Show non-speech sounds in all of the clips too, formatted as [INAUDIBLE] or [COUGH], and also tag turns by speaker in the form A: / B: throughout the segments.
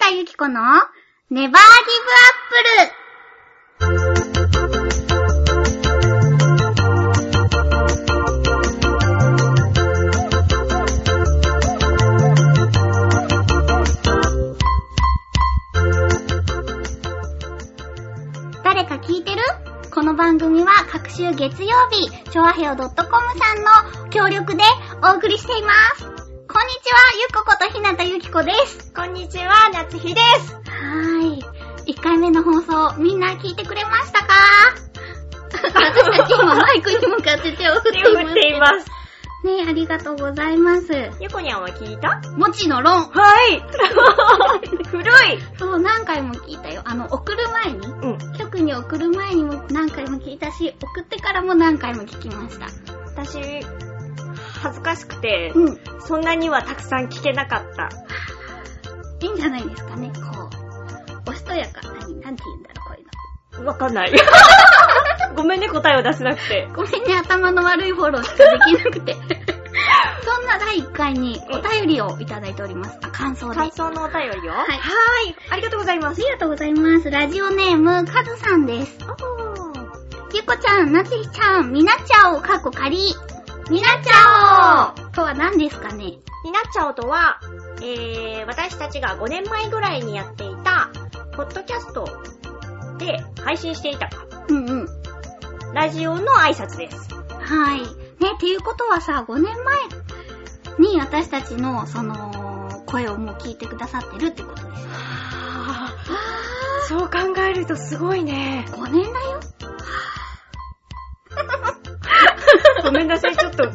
A: 田ゆき子のネバーギブアップル誰か聞いてるこの番組は各週月曜日、チョアヘオ .com さんの協力でお送りしています。こんにちは、ゆっこことひなたゆきこです。
B: こんにちは、なつひです。
A: はーい。1回目の放送、みんな聞いてくれました [LAUGHS] か私たち今マイクに向かって手を振っています。ね
B: います。
A: え、ありがとうございます。
B: ゆこにゃんは聞いた
A: もちの論。
B: [LAUGHS] はい。古い。
A: そう、何回も聞いたよ。あの、送る前に、
B: うん。
A: 局に送る前にも何回も聞いたし、送ってからも何回も聞きました。
B: 私、恥ずかしくて、
A: うん。
B: そんなにはたくさん聞けなかった。
A: いいんじゃないですかね、こう。おしとやか。何、なんて言うんだろう、こういうの。
B: わかん [LAUGHS] ない。ごめんね、答えを出せなくて。
A: ごめんね、頭の悪いフォローしかできな
B: [LAUGHS]
A: くて。そんな第1回にお便りをいただいております。あ、感想です。
B: 感想のお便りよ。
A: はい
B: はーい。ありがとうございま
A: あ
B: す。
A: りがとうございます。ラジオネーム、カズさんです。
B: あー
A: ゆっこちゃん、なつひちゃん、みなちゃお、かっこかり。みなちゃおとは何ですかね
B: になっちゃおとは、えー、私たちが5年前ぐらいにやっていた、ポッドキャストで配信していたか、
A: うんうん。
B: ラジオの挨拶です。
A: はい。ね、っていうことはさ、5年前に私たちの、その、声をもう聞いてくださってるってことです。
B: そう考えるとすごい [LAUGHS] ね。
A: 5年だよ
B: ごめんなさい、ちょっと、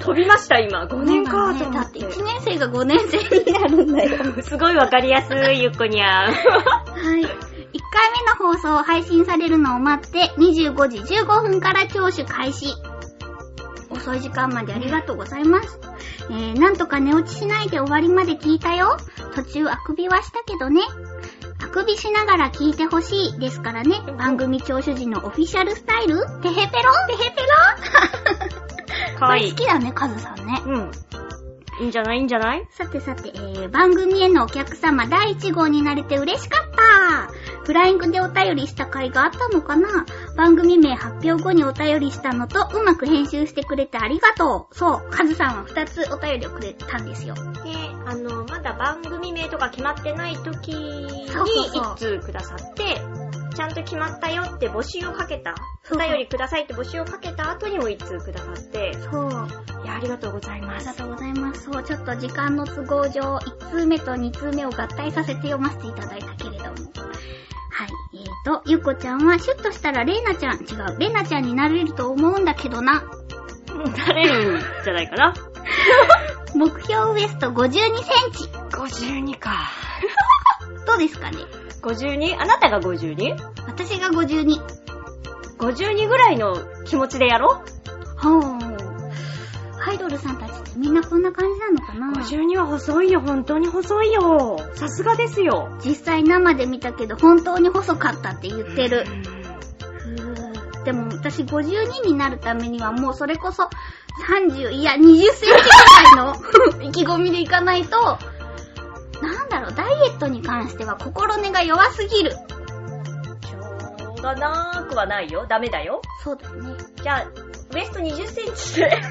B: 飛びました、今。5年かと
A: そう
B: 思
A: だ
B: っ
A: って
B: て。
A: 1年生が5年生になるんだよ。
B: [LAUGHS] すごいわかりやすい、ゆっこにゃ
A: は
B: ん。 [LAUGHS]
A: い。1回目の放送を配信されるのを待って、25時15分から聴取開始。遅い時間までありがとうございます。えー、なんとか寝落ちしないで終わりまで聞いたよ。途中あくびはしたけどね。あくびしながら聞いてほしいですからね。番組聴取時のオフィシャルスタイルてへぺろてへ [LAUGHS] ぺろ
B: かわいい
A: これ好。きだね、カズさんね。
B: うん。いいんじゃないいいんじゃない
A: さてさて、えー、番組へのお客様第1号になれて嬉しかったフライングでお便りした回があったのかな番組名発表後にお便りしたのと、うまく編集してくれてありがとうそう、カズさんは2つお便りをくれたんですよ。
B: ね、あの、まだ番組名とか決まってない時に、
A: そうそうそう
B: 一通くださって、ちゃんと決まったよって募集をかけた。
A: そ
B: お
A: うそう
B: 便りくださいって募集をかけた後にも一通くださって、
A: そう、あ
B: いや、ありがとうございま
A: り
B: す
A: が。とうございます。そう、ちょっと時間の都合上、1通目と2通目を合体させて読ませていただいたけれども。はい。えーと、ゆっこちゃんは、シュッとしたらレイナちゃん、違う、レイナちゃんになれると思うんだけどな。
B: なれるんじゃないかな。
A: 目標ウエスト52センチ。
B: 52か。
A: どうですかね
B: 52? あなたが 52?52
A: 私が52。
B: 52ぐらいの気持ちでやろ
A: ほー。アイドルさんたちってみんなこんな感じなのかな
B: 52は細いよ、本当に細いよ。さすがですよ。
A: 実際生で見たけど本当に細かったって言ってる。でも私52になるためにはもうそれこそ30、いや20センチぐらいの意気込みでいかないと、なんだろう、ダイエットに関しては心根が弱すぎる。
B: しょうがなくはないよ。ダメだよ。
A: そうだね。
B: じゃあ、ウエスト20センチで。
A: 足の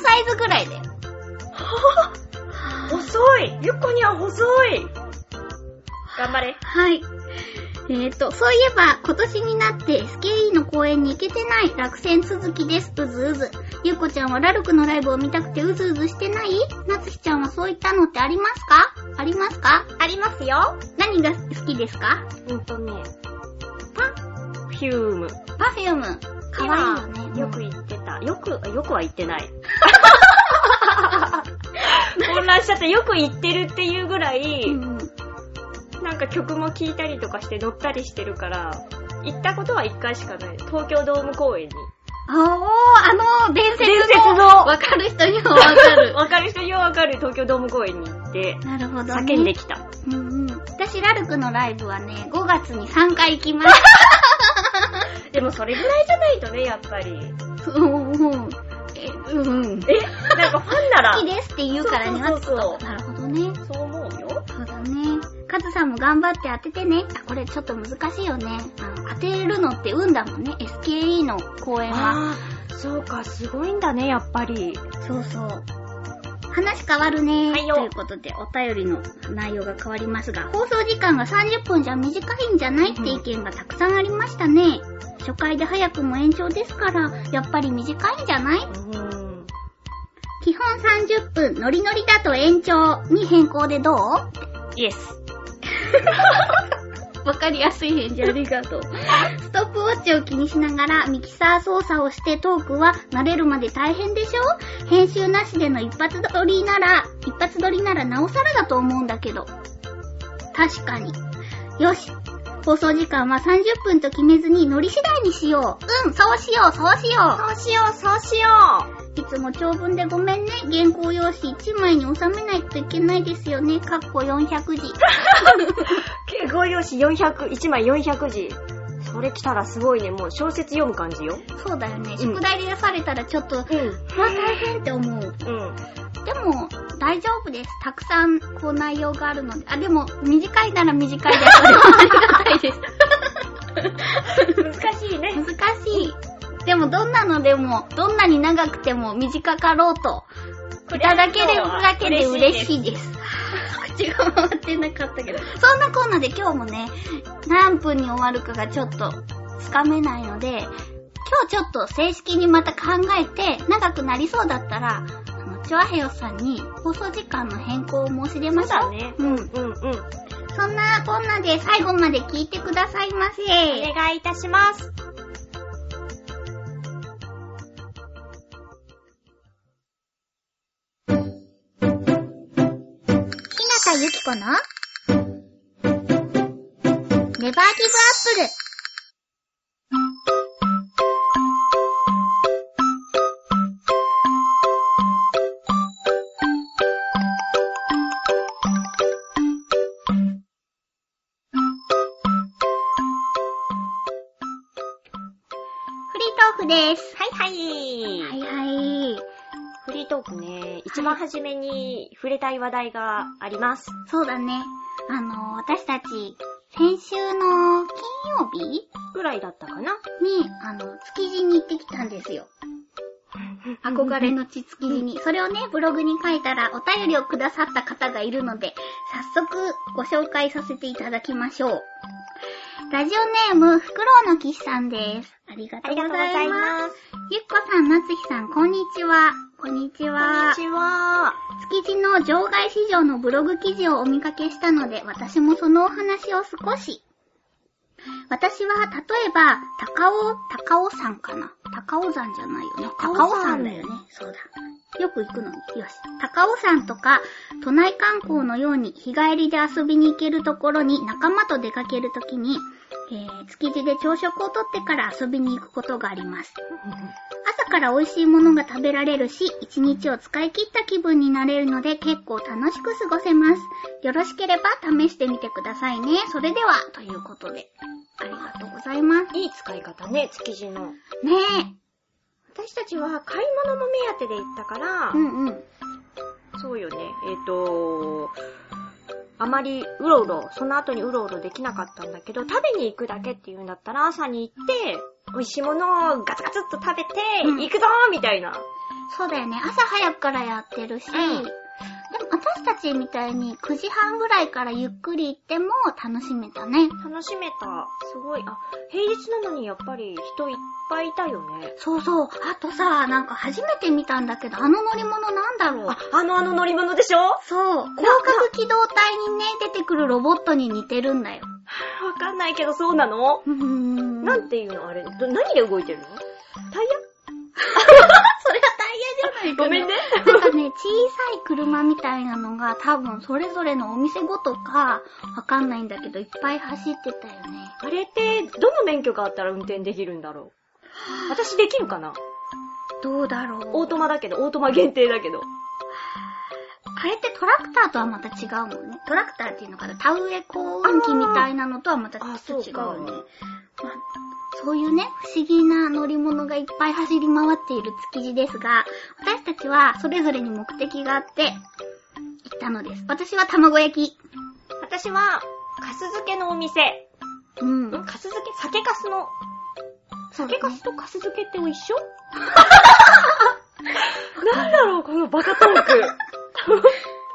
A: サイズぐらいだよ。
B: [LAUGHS] 細いゆっこには細い頑張れ。
A: はい。えーと、そういえば、今年になって、スケイの公演に行けてない落選続きです。うずうず。ゆうこちゃんはラルクのライブを見たくてうずうずしてないなつひちゃんはそういったのってありますかありますか
B: ありますよ。
A: 何が好きですか
B: うんとね、パフューム。
A: パフューム。かわいいよね。
B: 今よく言ってた。よく、よくは言って [LAUGHS] ない。混乱しちゃってよく言ってるっていうぐらい、
A: うんうん
B: なんか曲も聴いたりとかして乗ったりしてるから、行ったことは一回しかない。東京ドーム公演に。
A: あおー、あの、伝説
B: 伝説
A: の、
B: の
A: わかる人にはわか
B: [LAUGHS]
A: る。
B: わかる人にはわかる東京ドーム公演に行って、
A: なるほど、ね。
B: 叫んできた。
A: うんうん。私、ラルクのライブはね、5月に3回行きました
B: でもそれぐらいじゃないとね、やっぱり。
A: うんうん。えって。うんうん。
B: えなんかファンなら。 [LAUGHS]
A: 好きですって言うからにはってこ
B: そうそうそう
A: と。なるほどね。
B: そう思うよ。
A: そうだね。カズさんも頑張って当ててね。あ、これちょっと難しいよね。あの、当てるのって運だもんね。SKE の公演は。
B: ああ、そうか、すごいんだね、やっぱり。
A: そうそう。話変わるね。
B: はいよ
A: ということで、お便りの内容が変わりますが、放送時間が30分じゃ短いんじゃないって意見がたくさんありましたね。初回で早くも延長ですから、やっぱり短いんじゃないう
B: ーん。
A: 基本30分、ノリノリだと延長に変更でどう
B: イエス。
A: わかりやすい返事ありがとう。 [LAUGHS] ストップウォッチを気にしながらミキサー操作をしてトークは慣れるまで大変でしょ編集なしでの一発撮りなら、一発撮りならなおさらだと思うんだけど。確かに。よし。放送時間は30分と決めずに乗り次第にしよう。うん、そうしよう、そうしよ
B: そうしよう、そうしよ
A: う。いつも長文でごめんね。原稿用紙1枚に収めないといけないですよね。かっこ400字。
B: う。結合用紙400、1枚400字。それ来たらすごいね、もう小説読む感じよ。
A: そうだよね。
B: ん
A: 宿題で出されたらちょっと、
B: うん。
A: まあ大変って思う。
B: うん。
A: でも、大丈夫です。たくさん、こう内容があるので。あ、でも、短いなら短い [LAUGHS] です。ありがたいです。
B: [LAUGHS] 難しいね。
A: 難しい。でも、どんなのでも、どんなに長くても短かろう [LAUGHS] と、いただけるだけで嬉しいです。 [LAUGHS] 口が回ってなかったけど。そんなコーナーで今日もね、何分に終わるかがちょっとつかめないので、今日ちょっと正式にまた考えて、長くなりそうだったら、あの、チョアヘヨさんに放送時間の変更を申し出ましょう。
B: そうだね
A: うん。
B: うんうん。
A: そんなこんなで最後まで聞いてくださいませ。
B: お願いいたします。
A: ひなたゆきこのネバーギブアップル。フリートークです。
B: はいはい。
A: はいはい。
B: フリートークね、一番初めに触れたい話題があります。
A: そうだね。あの、私たち、先週の金曜日
B: ぐらいだったかな。
A: に、あの、築地に行ってきたんですよ。憧れの地築地に。それをね、ブログに書いたらお便りをくださった方がいるので、早速ご紹介させていただきましょう。ラジオネーム、フクロウの騎士さんです。ありが
B: あ
A: とう
B: りがと
A: ご
B: うご
A: ざ
B: ざ
A: い
B: い
A: ます。
B: ます。
A: ゆっこさん、なつひさん、こんにちは。こんにち
B: こん
A: は
B: に。ちは。
A: 築地の場外市場のブログ記事をお見かけしたので、私もそのお話を少し。私は、例えば、高尾、高尾山かな。高尾山じゃないよね。
B: 高尾
A: 高尾
B: 山
A: 山だよね。そうだ。よく行くのに。よし。高尾山とか、都内観光のように日帰りで遊びに行けるところに仲間と出かけるときに、えー、築地で朝食をとってから遊びに行くことがあります。朝から美味しいものが食べられるし、一日を使い切った気分になれるので結構楽しく過ごせます。よろしければ試してみてくださいね。それでは、ということで。ありがとうございます。
B: いい使い方ね、築地の。
A: ね
B: 私たちは買い物も目当てで行ったから
A: え。う、んうん。
B: そうよね。えっ、と、あまりうろうろ、その後にうろうろできなかったんだけど、食べに行くだけっていうんだったら朝に行って、美味しいものをガツガツっと食べて、
A: うん
B: 行くぞーみたいな。
A: そうだよね。朝早くからやってるし、
B: うん
A: でも私たちみたいに9時半ぐらいからゆっくり行っても楽しめたね。
B: 楽しめた。すごい。あ、平日なのにやっぱり人いっぱいいたよね。
A: そうそう。あとさ、なんか初めて見たんだけど、あの乗り物なんだろう
B: あ。、あのあの乗り物でしょわ
A: そう。広角機動隊にね、出てくるロボットに似てるんだよ。
B: かんないけどそうなの、
A: うーん。
B: なんていうのあれ、ど何で動いてるのタイ
A: それはタイヤじゃない
B: ヤごめんね。。
A: なんかね、小さい車みたいなのが多分それぞれのお店ごとか、わかんないんだけど、いっぱい走ってたよね。
B: あれって、どの免許があったら運転できるんだろう私できるかな
A: どうだろう。
B: オートマだけど、オートマ限定だけど。
A: あれってトラクターとはまた違うもんね。トラクターっていうのかな田植え耕運機みたいなのとはまたちょっと違うね。
B: あーあそうか
A: まあ、そういうね、不思議な乗り物がいっぱい走り回っている築地ですが、私たちはそれぞれに目的があって、行ったのです。私は卵焼き。
B: 私は、カス漬けのお店。
A: うん。
B: んカス漬け酒カスの。
A: そう
B: 酒
A: ね
B: カスとカス漬けって一緒 [LAUGHS] なんだろう、このバカトー [LAUGHS] ク。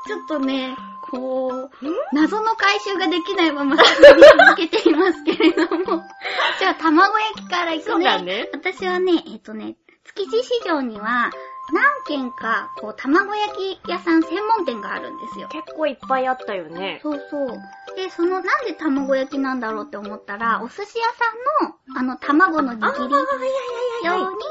A: ちょっとね、こう、
B: ん
A: 謎の回収ができないまま進み続けていますけれど
B: [LAUGHS]
A: も。じゃあ、卵焼きから行くね。
B: そうだね
A: 私はね、えっとね、築地市場には、何軒か、こう、卵焼き屋さん専門店があるんですよ。
B: 結構いっぱいあったよね。
A: そうそう。で、その、なんで卵焼きなんだろうって思ったら、お寿司屋さんの、あの、卵の
B: あ
A: 握
B: ー、い
A: り
B: やいやいやい
A: 用に、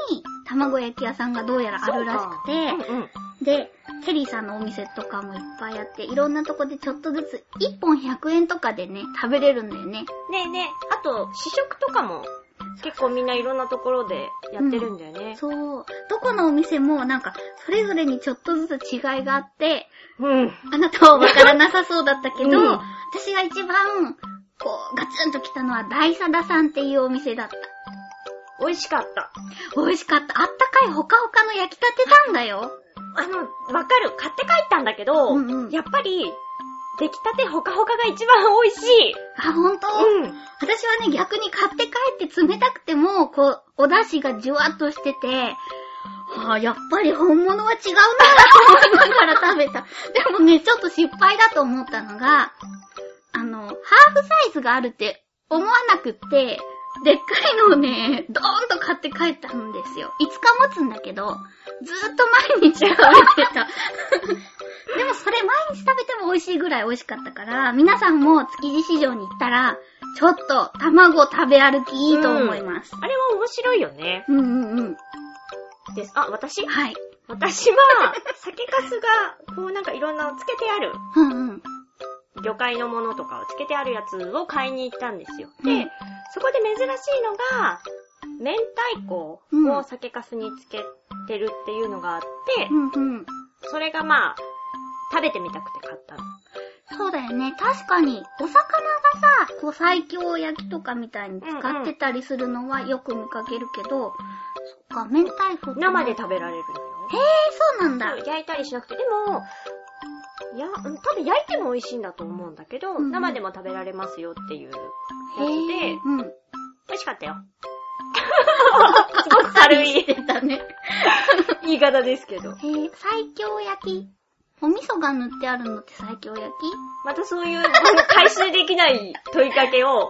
A: 卵焼き屋さんがどうやらあるらしくて、
B: や。うんうん。
A: で、ケリーさんのお店とかもいっぱいあって、いろんなとこでちょっとずつ、1本100円とかでね、食べれるんだよね。
B: ねえねえ、あと、試食とかも、結構みんないろんなところでやってるんだよね。
A: そう。どこのお店もなんか、それぞれにちょっとずつ違いがあって、
B: うん。
A: あなたはわからなさそうだったけど、
B: うん
A: 私が一番、こう、ガツンと来たのは、大サダさんっていうお店だった。
B: 美味しかった。
A: 美味しかった。あったかいほかほかの焼きたてなんだよ。
B: あの、わかる。買って帰ったんだけど、
A: うんうん
B: やっぱり、出来たてほかほかが一番美味しい。
A: あ、ほんと、
B: うん。
A: 私はね、逆に買って帰って冷たくても、こう、お出汁がじゅわっとしてて、はあ、やっぱり本物は違うんだなと思いながら食べた。でもね、ちょっと失敗だと思ったのが、あの、ハーフサイズがあるって思わなくって、でっかいのをね、ドーンと買って帰ったんですよ。5日持つんだけど、ずーっと毎日食べてた。でもそれ毎日食べても美味しいぐらい美味しかったから、皆さんも築地市場に行ったら、ちょっと卵食べ歩きいいと思います。
B: あれは面白いよね。
A: うん、うん、うん。
B: です。あ、私
A: はい。
B: 私は、酒かすが、こうなんかいろんなつけてある、
A: うんうん。
B: 魚介のものとかをつけてあるやつを買いに行ったんですよ。で、
A: うん
B: そこで珍しいのが、明太子を酒かすにつけてるっていうのがあって、
A: うんうん。
B: それがまあ、食べてみたくて買ったの。
A: そうだよね。確かに、お魚がさ、こう、最強焼きとかみたいに使ってたりするのはよく見かけるけど、そっか、明太子ってね
B: 生で
A: へえ、
B: 食べられるのよ。
A: そうなんだ。
B: 焼いたりしなくて、でも、いや、うん多分焼いても美味しいんだと思うんだけど、
A: うんうん
B: 生でも食べられますよっていうやつ
A: へえ
B: で、、
A: うん。
B: 美味しかっ
A: [LAUGHS]
B: たよ。すごく軽
A: あっさりし
B: い
A: てたね。
B: 言い方ですけど。
A: へえ、最強焼き。お味噌が塗ってあるのって最強焼き
B: またそういう、この回収できない問いかけを、
A: と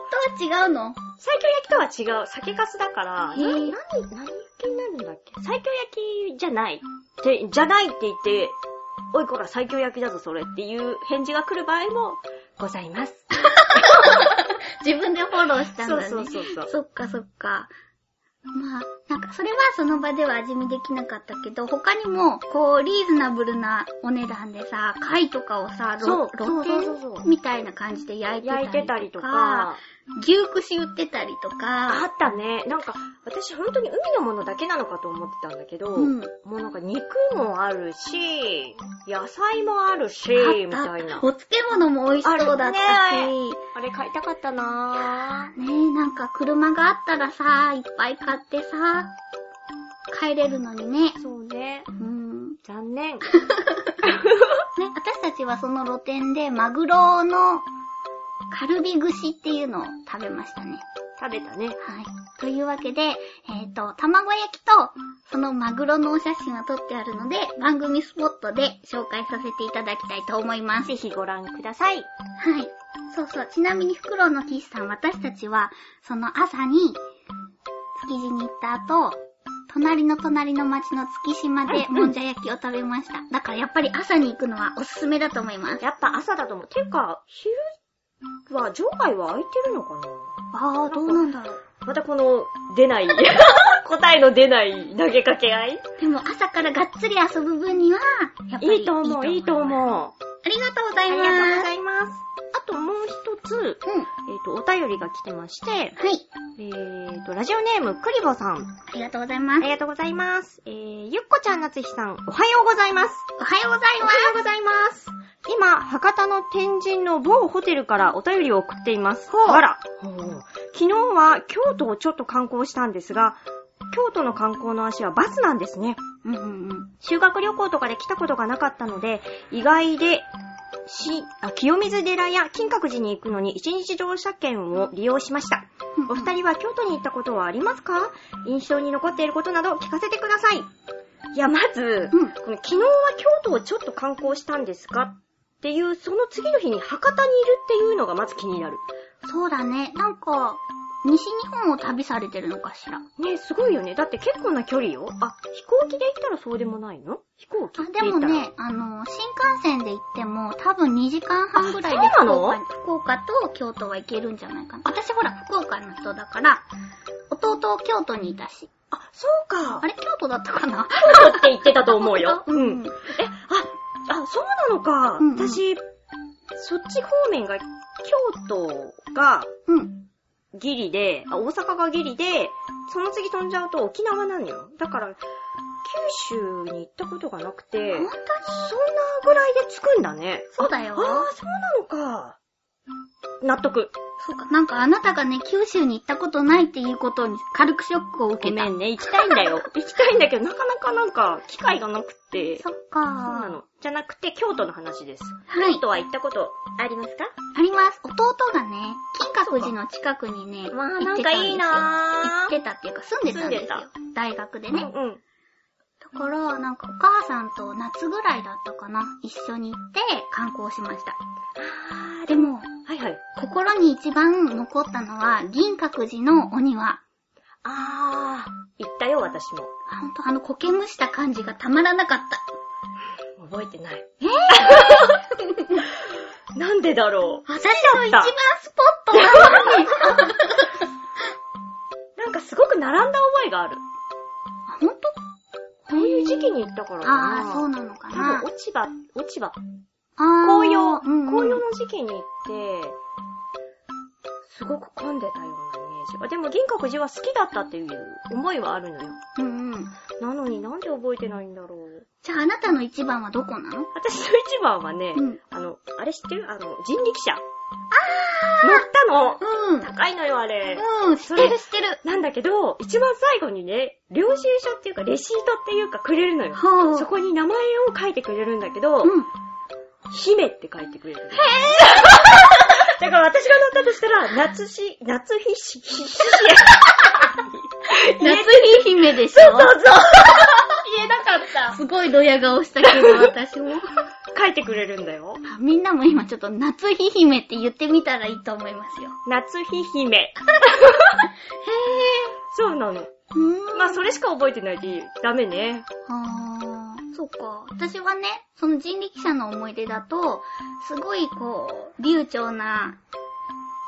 A: は違うの
B: 最強焼きとは違う、酒かすだから、な
A: へえ
B: 何、何焼きになるんだっけ最強焼きじゃない。で、じゃないって言って、おいこら最強焼きだぞそれっていう返事が来る場合もございます。
A: 自分でフォローしたんだね。
B: そうそうそうそう
A: そっかそっか。まあ、なんかそれはその場では味見できなかったけど、他にも、こう、リーズナブルなお値段でさ、貝とかをさ、ろ
B: そうそうそうそう
A: 露天みたいな感じで焼いてたりとか、
B: 焼いてたりとか、
A: 牛串売ってたりと
B: あ
A: か、
B: ったね。なんか、私本当に海のものだけなのかと思ってたんだけど、
A: うん
B: もうなんか肉もあるし、野菜もあるし、み
A: あった
B: たいな。
A: お漬物も美味しそうだったし、
B: あるねあれ買いたかったなぁ。
A: ねえ、なんか車があったらさ、いっぱい買ってさ、帰れるのにね。
B: そうね。
A: うん。
B: 残念。
A: ね、私たちはその露店でマグロのカルビ串っていうのを食べましたね。
B: 食べたね。
A: はい。というわけで、えっ、と、卵焼きとそのマグロのお写真は撮ってあるので、番組スポットで紹介させていただきたいと思います。
B: ぜひご覧ください。
A: はい。そうそう。ちなみに、フクロウの騎士さん、私たちは、その朝に、築地に行った後、隣の隣の町の月島で、
B: うんうん
A: もんじゃ焼きを食べました。だから、やっぱり朝に行くのはおすすめだと思います。
B: やっぱ朝だと思う。ていうか、昼は、場外は空いてるのかな
A: あー、どうなんだろう。
B: またこの、出ない、答えの出ない投げかけ合い
A: でも、朝からがっつり遊ぶ分には、やっぱり
B: いいと思う、いいと
A: う。
B: 思う。
A: ありがとうござ
B: あ
A: い
B: り
A: ま
B: がとうご
A: す。
B: ざいます。あともう一つ、
A: うん。は
B: えっ、と、お便りが来てまして、
A: い。
B: えっ、と、ラジオネーム、クリボさん。
A: ありがとうございま
B: あ
A: す。
B: りがとうございます。えー、ゆっこちゃん、なつひさん、おはようございます。
A: おはようござい
B: お
A: ます。
B: うございます。今、博多の天神の某ホテルからお便りを送っています。
A: ほう
B: あら。昨日は京都をちょっと観光したんですが、京都の観光の足はバスなんですね。
A: うんうんうん。
B: 修学旅行とかで来たことがなかったので、意外で、し、あ、清水寺や金閣寺に行くのに一日乗車券を利用しました。お二人は京都に行ったことはありますか印象に残っていることなど聞かせてください。いや、まず、
A: うん
B: この昨日は京都をちょっと観光したんですかっていう、その次の日に博多にいるっていうのがまず気になる。
A: そうだね。なんか、西日本を旅されてるのかしら。あ、
B: ねすごいよね。だって結構な距離よ。あ、飛行機で行ったらそうでもないの飛行機
A: でもね、あの、新幹線で行っても、多分2時間半ぐらいで
B: あそう
A: 福
B: なの
A: 岡福岡と京都は行けるんじゃないかな。私ほら、福岡の人だから、弟京都にいたし。
B: あ、そうか。
A: あれ、京都だったかな
B: 京都って言ってたと思うよ。
A: [LAUGHS] う
B: うんん。え、あ、あ、そうなのか。
A: うんうん
B: 私、そっち方面が、京都が
A: うん。
B: ギリで、あ、大阪がギリで、その次飛んじゃうと沖縄なのよ。だから、九州に行ったことがなくて、そん
A: 本
B: な
A: 当に
B: ぐらいで着くんだね。
A: そうだよ
B: ああー、そうなのか。納得。
A: そうか。なんかあなたがね、九州に行ったことないっていうことに軽くショックを受
B: ご
A: けた。
B: めんね、行きたいんだ
A: [LAUGHS]
B: よ。行きたいんだけど、なかなかなんか、機会がなくて。
A: そっ
B: そうな
A: か
B: の。じゃなくて、京都の話です。
A: はい
B: 京都は行ったことありますか
A: あります。弟がね、金閣寺の近くにね、
B: わあ
A: 行ってたんですよ
B: なんかいいなあ
A: 行ってたっていうか、住んでたんですよ
B: 住んで。
A: 大学で
B: うん
A: ね。
B: うん。
A: だから、なんかお母さんと夏ぐらいだったかな。一緒に行って観光しました。
B: あー
A: で、も、
B: はいはい。
A: 心に一番残ったのは、銀閣寺のお庭。
B: あー、行ったよ、私も。
A: あほんと、あの苔むした感じがたまらなかった。
B: 覚えてない。
A: え
B: [LAUGHS] なんでだろ
A: 私の一番スポットなのに。
B: う。なんかすごく並んだ覚えがある。
A: あ、ほんと
B: こういう時期に行ったからな。
A: ああ、そうなのか
B: 多
A: な
B: 分。落ち葉、落ち葉。
A: あー
B: 紅葉、
A: うんうん
B: 紅葉の時期に行って、すごく混んでたようなイメージが。でも銀閣寺は好きだったっていう思いはあるのよ。
A: うんうん。
B: なのになんで覚えてないんだろう。
A: じゃああなたの一番はどこなの
B: 私の一番はね、
A: うん
B: あの、あれ知ってるあの、人力車。乗ったの。
A: うん。
B: 高いのよ、あれ。
A: うん、知ってる知ってる。
B: なんだけど、一番最後にね、領収書っていうか、レシートっていうかくれるのよ。
A: ほう。
B: そこに名前を書いてくれるんだけど、
A: うん。
B: 姫って書いてくれる。へぇだから私が乗ったとしたら、夏し、夏ひし、ひし、
A: 夏日姫でしょ
B: そうそうそ
A: 言えなかった。すごいドヤ顔したけど、私 [LAUGHS] も。
B: う書いてくれるんだよ。
A: あみんなも今ちょっと夏日姫って言ってみたらいいと思いますよ。
B: 夏ひ姫。へぇそうなの。
A: うーん。
B: まあ、それしか覚えてないで、ダメね。
A: あー、そうか。私はね、その人力車の思い出だと、すごいこう、流暢な、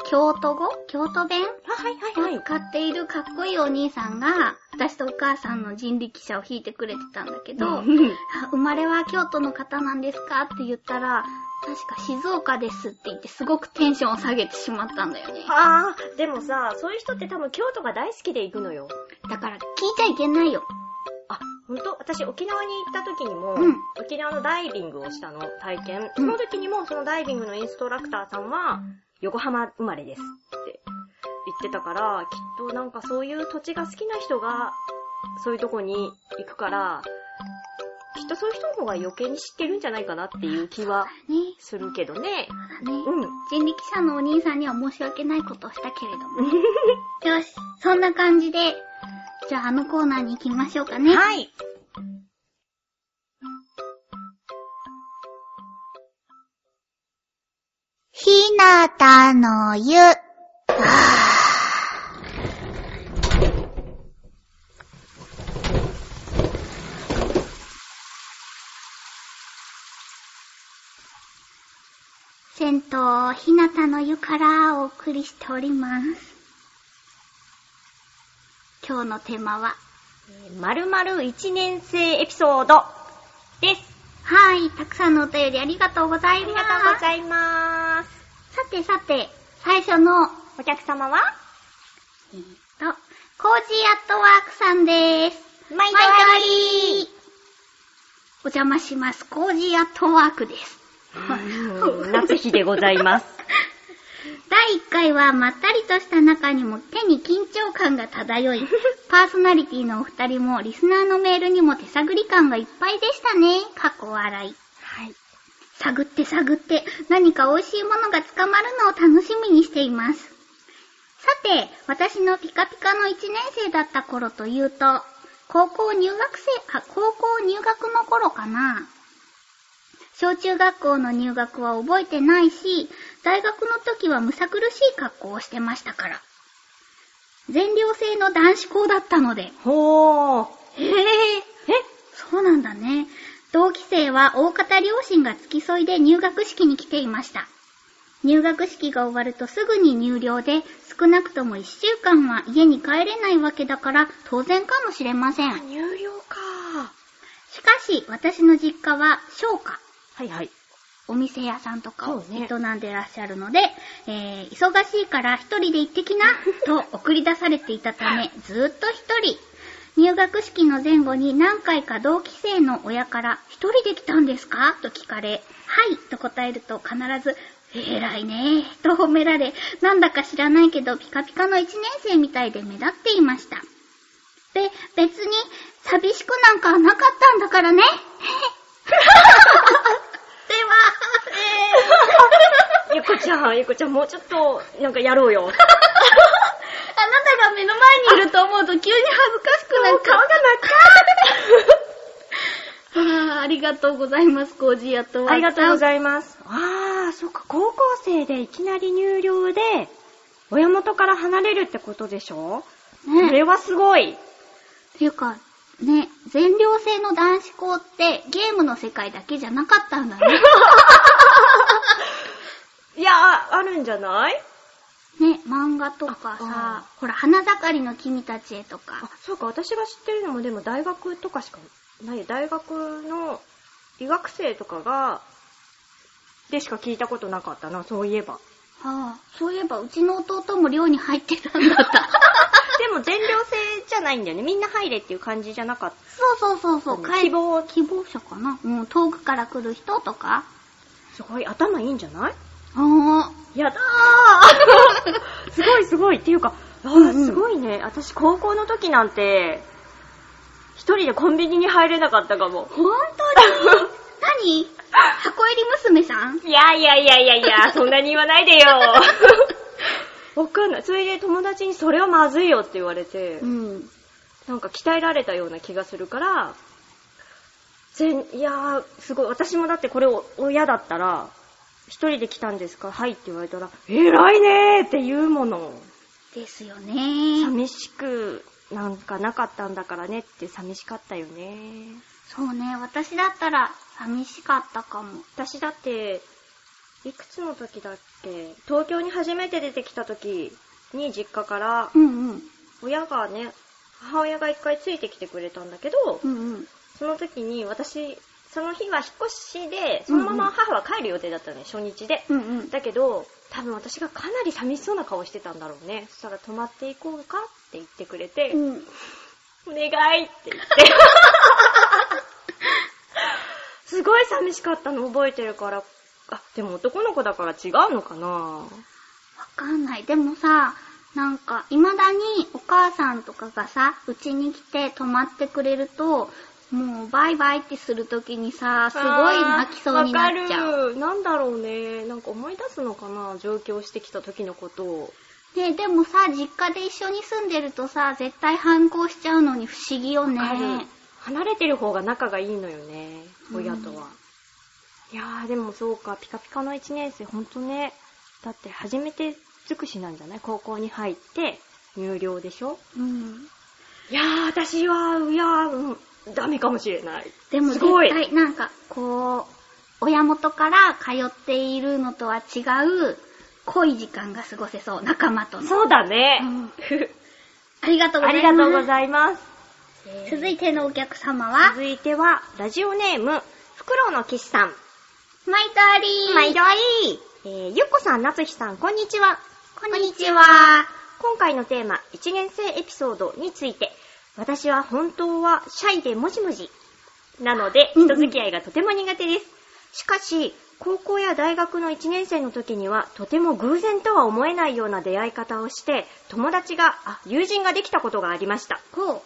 A: 京都語京都弁
B: あ、はい
A: を使っているかっこいいお兄さんが、私とお母さんの人力車を引いてくれてたんだけど、
B: うん
A: あ [LAUGHS] 生まれは京都の方なんですかって言ったら、確か静岡ですって言ってすごくテンションを下げてしまったんだよね。
B: ああ、でもさ、そういう人って多分京都が大好きで行くのよ。
A: だから聞いちゃいけないよ。
B: あ、ほんと私沖縄に行った時にも、
A: うん
B: 沖縄のダイビングをしたの、体験。その時にも、そのダイビングのインストラクターさんは、横浜生まれですって言ってたから、きっとなんかそういう土地が好きな人が、そういうとこに行くから、きっとそういう人の方が余計に知ってるんじゃないかなっていう気は
A: ね。
B: するけどね。
A: そうだね。
B: うん。
A: 人力車のお兄さんには申し訳ないことをしたけれど [LAUGHS] も。よし、そんな感じで、じゃああのコーナーに行きましょうかね。
B: はい。
A: ひなたの湯。銭湯、ひなたの湯からお送りしております。今日のテーマは、
B: まるまる一年生エピソードです。
A: はい、たくさんのお便りありがとうござい
B: あり
A: ます。
B: がとうございます。
A: さてさて、最初の、
B: お客様は、
A: えー、っと、コージーアットワークさんです。毎
B: 毎度
A: 度
B: あ
A: あ
B: り
A: りお邪魔します。コージーアットワークです。
B: うん夏日でございます。
A: 第1回はまったりとした中にも手に緊張感が漂い、パーソナリティのお二人もリスナーのメールにも手探り感がいっぱいでしたね。過去笑い。
B: はい。
A: 探って探って何か美味しいものが捕まるのを楽しみにしています。さて、私のピカピカの1年生だった頃というと、高校入学生、あ、高校入学の頃かな。小中学校の入学は覚えてないし、大学の時はむさ苦しい格好をしてましたから。全寮制の男子校だったので。
B: ほー。
A: へえ。
B: え
A: そうなんだね。同期生は大方両親が付き添いで入学式に来ていました。入学式が終わるとすぐに入寮で、少なくとも1週間は家に帰れないわけだから当然かもしれません。し
B: 入寮か
A: かし、私の実家は商家、
B: はいはい。
A: お店屋さんとかを
B: そうね
A: 営んでらっしゃるので、えー、忙しいから一人で行ってきな、
B: [LAUGHS]
A: と送り出されていたため、ずーっと一人。入学式の前後に何回か同期生の親から、一人で来たんですかと聞かれ、はい、と答えると必ず、偉いねー、と褒められ、なんだか知らないけど、ピカピカの一年生みたいで目立っていました。べ、別に、寂しくなんかなかったんだからね。では、
B: ゆこちゃん、ゆこちゃん、もうちょっと、なんかやろう [LAUGHS] よ。
A: あなたが目の前にいると思うと急に恥ずかしくなる。
B: 顔
A: 真っ
B: が
A: 赤 [LAUGHS] ありがとうございます、コージーアットワークさん
B: ありがとうございます。あー、そっか、高校生でいきなり入寮で、親元から離れるってことでしょそ
A: ね
B: れはすごい。
A: っていうか、ね、全寮制の男子校ってゲームの世界だけじゃなかったんだ [LAUGHS] ね。
B: いやー、あるんじゃない
A: ね、漫画とか
B: あ
A: さ、ほら、花盛りの君たちへと
B: あ
A: か。、
B: そうか、私が知ってるのもでも大学とかしかない。大学の医学生とかが、でしか聞いたことなかったな、そういえば。
A: はあ、そういえば、うちの弟も寮に入ってたんだ [LAUGHS] った。
B: [LAUGHS] でも全寮制じゃないんだよね。みんな入れっていう感じじゃなかっ
A: そうそうそうそう、
B: た。希
A: 希望
B: 望、
A: 希望者かなもう遠くから来る人とか。
B: すごい、頭いいんじゃない
A: あ
B: やだー [LAUGHS] すごいすごいっていうか、あ
A: うんう
B: ー
A: ん
B: すごいね。私高校の時なんて、一人でコンビニに入れなかったかも
A: あ、。ほんとに [LAUGHS] 何箱入り娘さん
B: いやいやいやいやい [LAUGHS] や、そんなに言わないでよ。わかんない。それで友達にそれはまずいよって言われて、
A: ん。
B: なんか鍛えられたような気がするから、ぜんいやー、すごい。私もだってこれを親だったら、一人で来たんですかはいって言われたら、偉いねーって言うもの。
A: ですよね。
B: 寂しくなんかなかったんだからねって寂しかったよね。
A: そうね、私だったら寂しかったかも。
B: 私だって、いくつの時だっけ東京に初めて出てきた時に実家から
A: う、んうん。
B: 親がね、母親が一回ついてきてくれたんだけど
A: う、んうん。
B: その時に私、その日は引っ越しで、そのまま母は帰る予定だったのね、初日で。
A: うんうん。
B: だけど、多分私がかなり寂しそうな顔してたんだろうね。そしたら泊まっていこうかって言ってくれて、
A: うん。
B: お願いって言って。 [LAUGHS] すごい寂しかったの覚えてるから。あ、でも男の子だから違うのかな
A: わかんない。でもさ、なんか、未だにお母さんとかがさ、うちに来て泊まってくれると、もうバイバイってするときにさ、すごい泣きそうになっちゃ
B: あー
A: う。
B: わかる。なんだろうね。なんか思い出すのかな上京してきた時のことを。
A: ねでもさ、実家で一緒に住んでるとさ、絶対反抗しちゃうのに不思議よ
B: わかる
A: ね。
B: 離れてる方が仲がいいのよね。
A: うん
B: 親とは。いやー、でもそうか。ピカピカの1年生、ほんとね。だって初めて尽くしなんじゃない高校に入って、入寮でしょ
A: うん。
B: いやー、私は、いやー、うんダメかもしれない。
A: でも
B: す
A: 絶
B: ごい
A: 対、なんか、こう、親元から通っているのとは違う、濃い時間が過ごせそう、仲間との。
B: そうだね。
A: うんありがとうご
B: [LAUGHS] あ
A: ざ
B: り
A: いま
B: が
A: す。
B: とうございます。
A: 続
B: 続い
A: いてのお客様は、
B: 続いては、ラジオネーム、フクロウの騎士さん。
A: マイターリー。
B: 毎度あり。えー、ゆっこさん、なつひさん、こんにちは。
A: こんにちは。
B: 今回のテーマ、一年生エピソードについて、私は本当はシャイでもじもじなので、
A: うんうん
B: 人付き合いがとても苦手です。しかし、高校や大学の1年生の時には、とても偶然とは思えないような出会い方をして、友達が、あ、友人ができたことがありました。
A: こ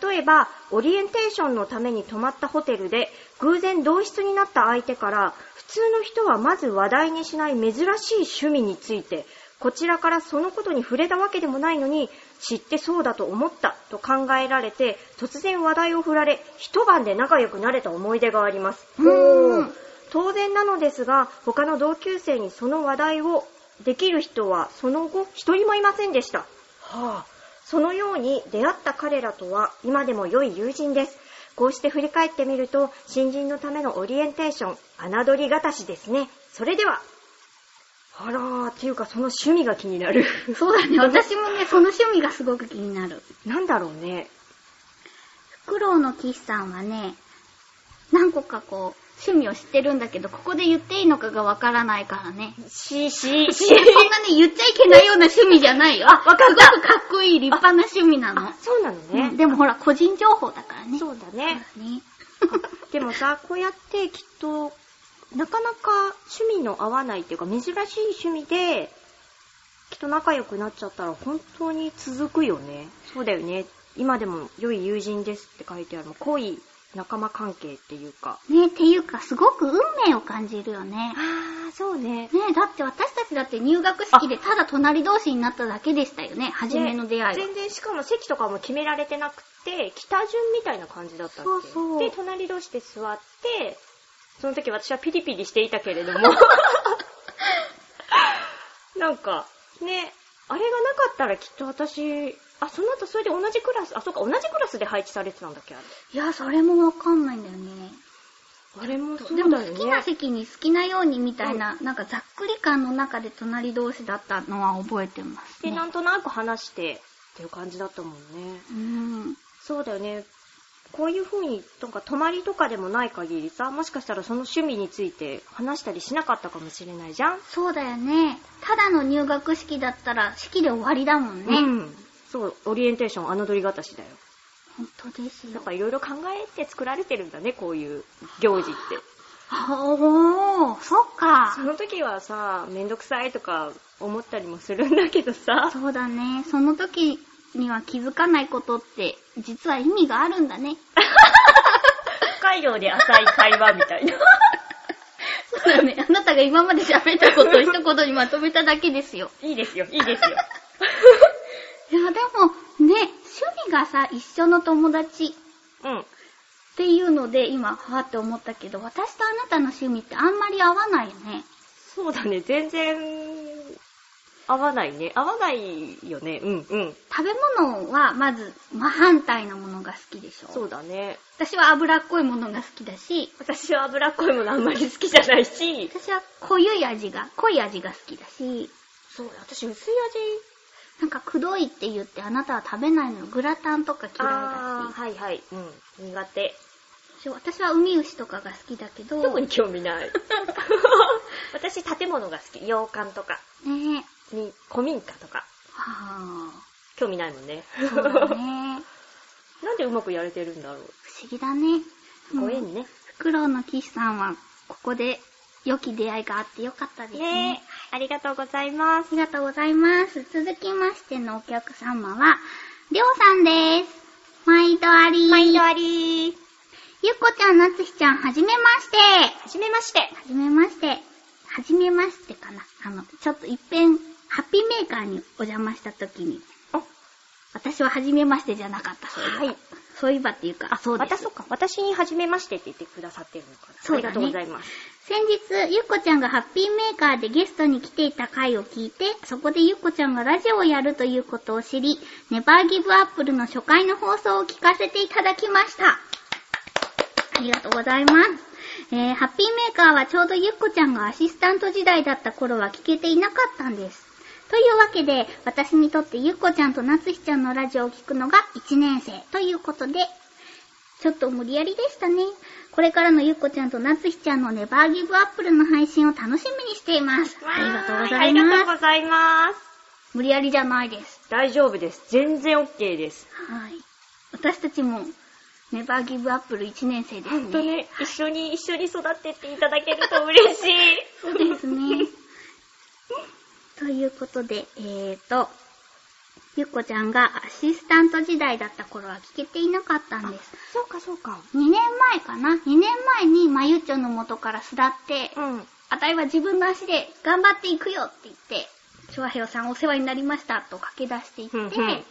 B: 例えば、オリエンテーションのために泊まったホテルで、偶然同室になった相手から、普通の人はまず話題にしない珍しい趣味について、こちらからそのことに触れたわけでもないのに、知ってそうだと思ったと考えられて、突然話題を振られ、一晩で仲良くなれた思い出があります。
A: うーん
B: 当然なのですが、他の同級生にその話題をできる人はその後一人もいませんでした。はあ、そのように出会った彼らとは今でも良い友人です。こうして振り返ってみると、新人のためのオリエンテーション、侮りがたしですね。それでは、あらー、っていうかその趣味が気になる。
A: う。そうだね。私もね、その趣味がすごく気になる。
B: [LAUGHS] なんだろうね。
A: フクロウの岸さんはね、何個かこう、趣味を知ってるんだけど、ここで言っていいのかがわからないからね。
B: し、し、
A: そんなね、言っちゃいけないような趣味じゃないよ。あ、
B: わかった
A: すごくかっこいい、立派な趣味なの
B: [LAUGHS] あ、。そうなのね。
A: うんでもほら、個人情報だからね。
B: そうだね。
A: ね。
B: でもさ、こうやってきっと、なかなか趣味の合わないっていうか、珍しい趣味で、きっと仲良くなっちゃったら本当に続くよね。そうだよね。今でも良い友人ですって書いてあるもう濃い仲間関係っていうか。
A: ね、っていうか、すごく運命を感じるよね。
B: あー、そうね。
A: ね、だって私たちだって入学式でただ隣同士になっただけでしたよね、初めの出会いは。
B: 全然しかも席とかも決められてなくて、北順みたいな感じだったっけ
A: そうそう
B: で、隣同士で座って、その時私はピリピリしていたけれ
A: [LAUGHS]
B: ども。なんか、ね、あれがなかったらきっと私、あ、その後それで同じクラス、あ、そうか、同じクラスで配置されてたんだっけあれ。
A: いや、それもわかんないんだよね。
B: あれもそう
A: でも
B: だよ
A: 好きな
B: ね。
A: 席に好きなようにみたいな、なんかざっくり感の中で隣同士だったのは覚えてます、
B: で、
A: ね。
B: なんとなく話してっていう感じだったもんね。
A: うん。
B: そうだよね。こういう風に、なんか泊まりとかでもない限りさ、もしかしたらその趣味について話したりしなかったかもしれないじゃん
A: そうだよね。ただの入学式だったら式で終わりだもんね。
B: うん。そう、オリエンテーション、侮りがたしだよ。
A: 本当です
B: な
A: よ
B: ん。かいろいろ考えて作られてるんだね、こういう行事って。
A: おー、そっか
B: そ。の時はさ、めんどくさいとか思ったりもするんだけどさ。
A: そうだね。その時には気づかないことって、実は意味があるんだね。
B: [LAUGHS] 北海道で浅い会話みたいな。
A: そうだね。あなたが今まで喋ったことを一言にまとめただけですよ。
B: [LAUGHS] いいですよ、いいですよ。
A: いや、でも、ね、趣味がさ、一緒の友達
B: [LAUGHS] うん。
A: っていうので、今、はぁって思ったけど、私とあなたの趣味ってあんまり合わないよね。
B: そうだね、全然、合わないね。合わないよね、うん、うん。
A: 食べ物は、まず、真反対のものが好きでしょ。
B: そうだね。
A: 私は脂っこいものが好きだし、
B: 私は脂っこいものあんまり好きじゃないし。
A: 私は濃い味が、濃い味が好きだし、
B: そう、私薄い
A: なんか、くどいって言ってあなたは食べないのよ。グラタンとか嫌い
B: あ
A: だ
B: ー、はいはい。うん、苦手。
A: し。私は海牛とかが好きだけど、
B: 特に興味ない。 [LAUGHS] 私、建物が好き。洋館とか、
A: ねえ。
B: に古民家とか、
A: は
B: 興味ないもんね。
A: ぁ、そうだね。
B: [LAUGHS] なんでうまくやれてるんだろう。
A: 不思議だね。
B: ご
A: う
B: 縁
A: ん
B: ね。
A: フクロウの騎士さんは、ここで良き出会いがあってよかったですね。
B: ねえ、ありがとうございま
A: あ
B: す。
A: りがとうございます。続きましてのお客様は、りょうさんです。毎度あり。
B: 毎度ありー。
A: ゆっこちゃん、なつひちゃん、はじめまして。
B: はじめまして。
A: はじめまして。はじめましてかな。あの、ちょっと一遍、ハッピーメーカーにお邪魔した時に、私ははじめましてじゃなかった。そういえば
B: はい。
A: そういえばっていうか、あ、そうで
B: 私、
A: す
B: そ。っか、私にはじめましてって言ってくださってるのかな。
A: そうだね
B: ありがとうございます。
A: 先日、ゆっこちゃんがハッピーメーカーでゲストに来ていた回を聞いて、そこでゆっこちゃんがラジオをやるということを知り、ネバーギブアップルの初回の放送を聞かせていただきました。ありがとうございます。えー、ハッピーメーカーはちょうどゆっこちゃんがアシスタント時代だった頃は聞けていなかったんです。というわけで、私にとってゆっこちゃんとなつひちゃんのラジオを聞くのが1年生ということで、ちょっと無理やりでしたね。これからのゆっこちゃんとなつひちゃんのネバーギブアップルの配信を楽しみにしています。ありがとうござい
B: ありが
A: ま
B: と
A: す。
B: うございます。
A: 無理やりじゃないです。
B: 大丈夫です。全然 OK です。
A: はい。私たちも、ネバーギブアップル1年生ですね。
B: 本当ね、一緒に、一緒に育ってっていただけると嬉しい。
A: そうですね。ということで、えーと、ゆっこちゃんがアシスタント時代だった頃は聞けていなかったんです。
B: そうか、そうか。
A: 2年前かな ?2 年前にまゆっちょの元から巣立って、
B: うん。
A: あたいは自分の足で頑張っていくよって言って、諸和平さんお世話になりましたと駆け出していって、
B: うんうん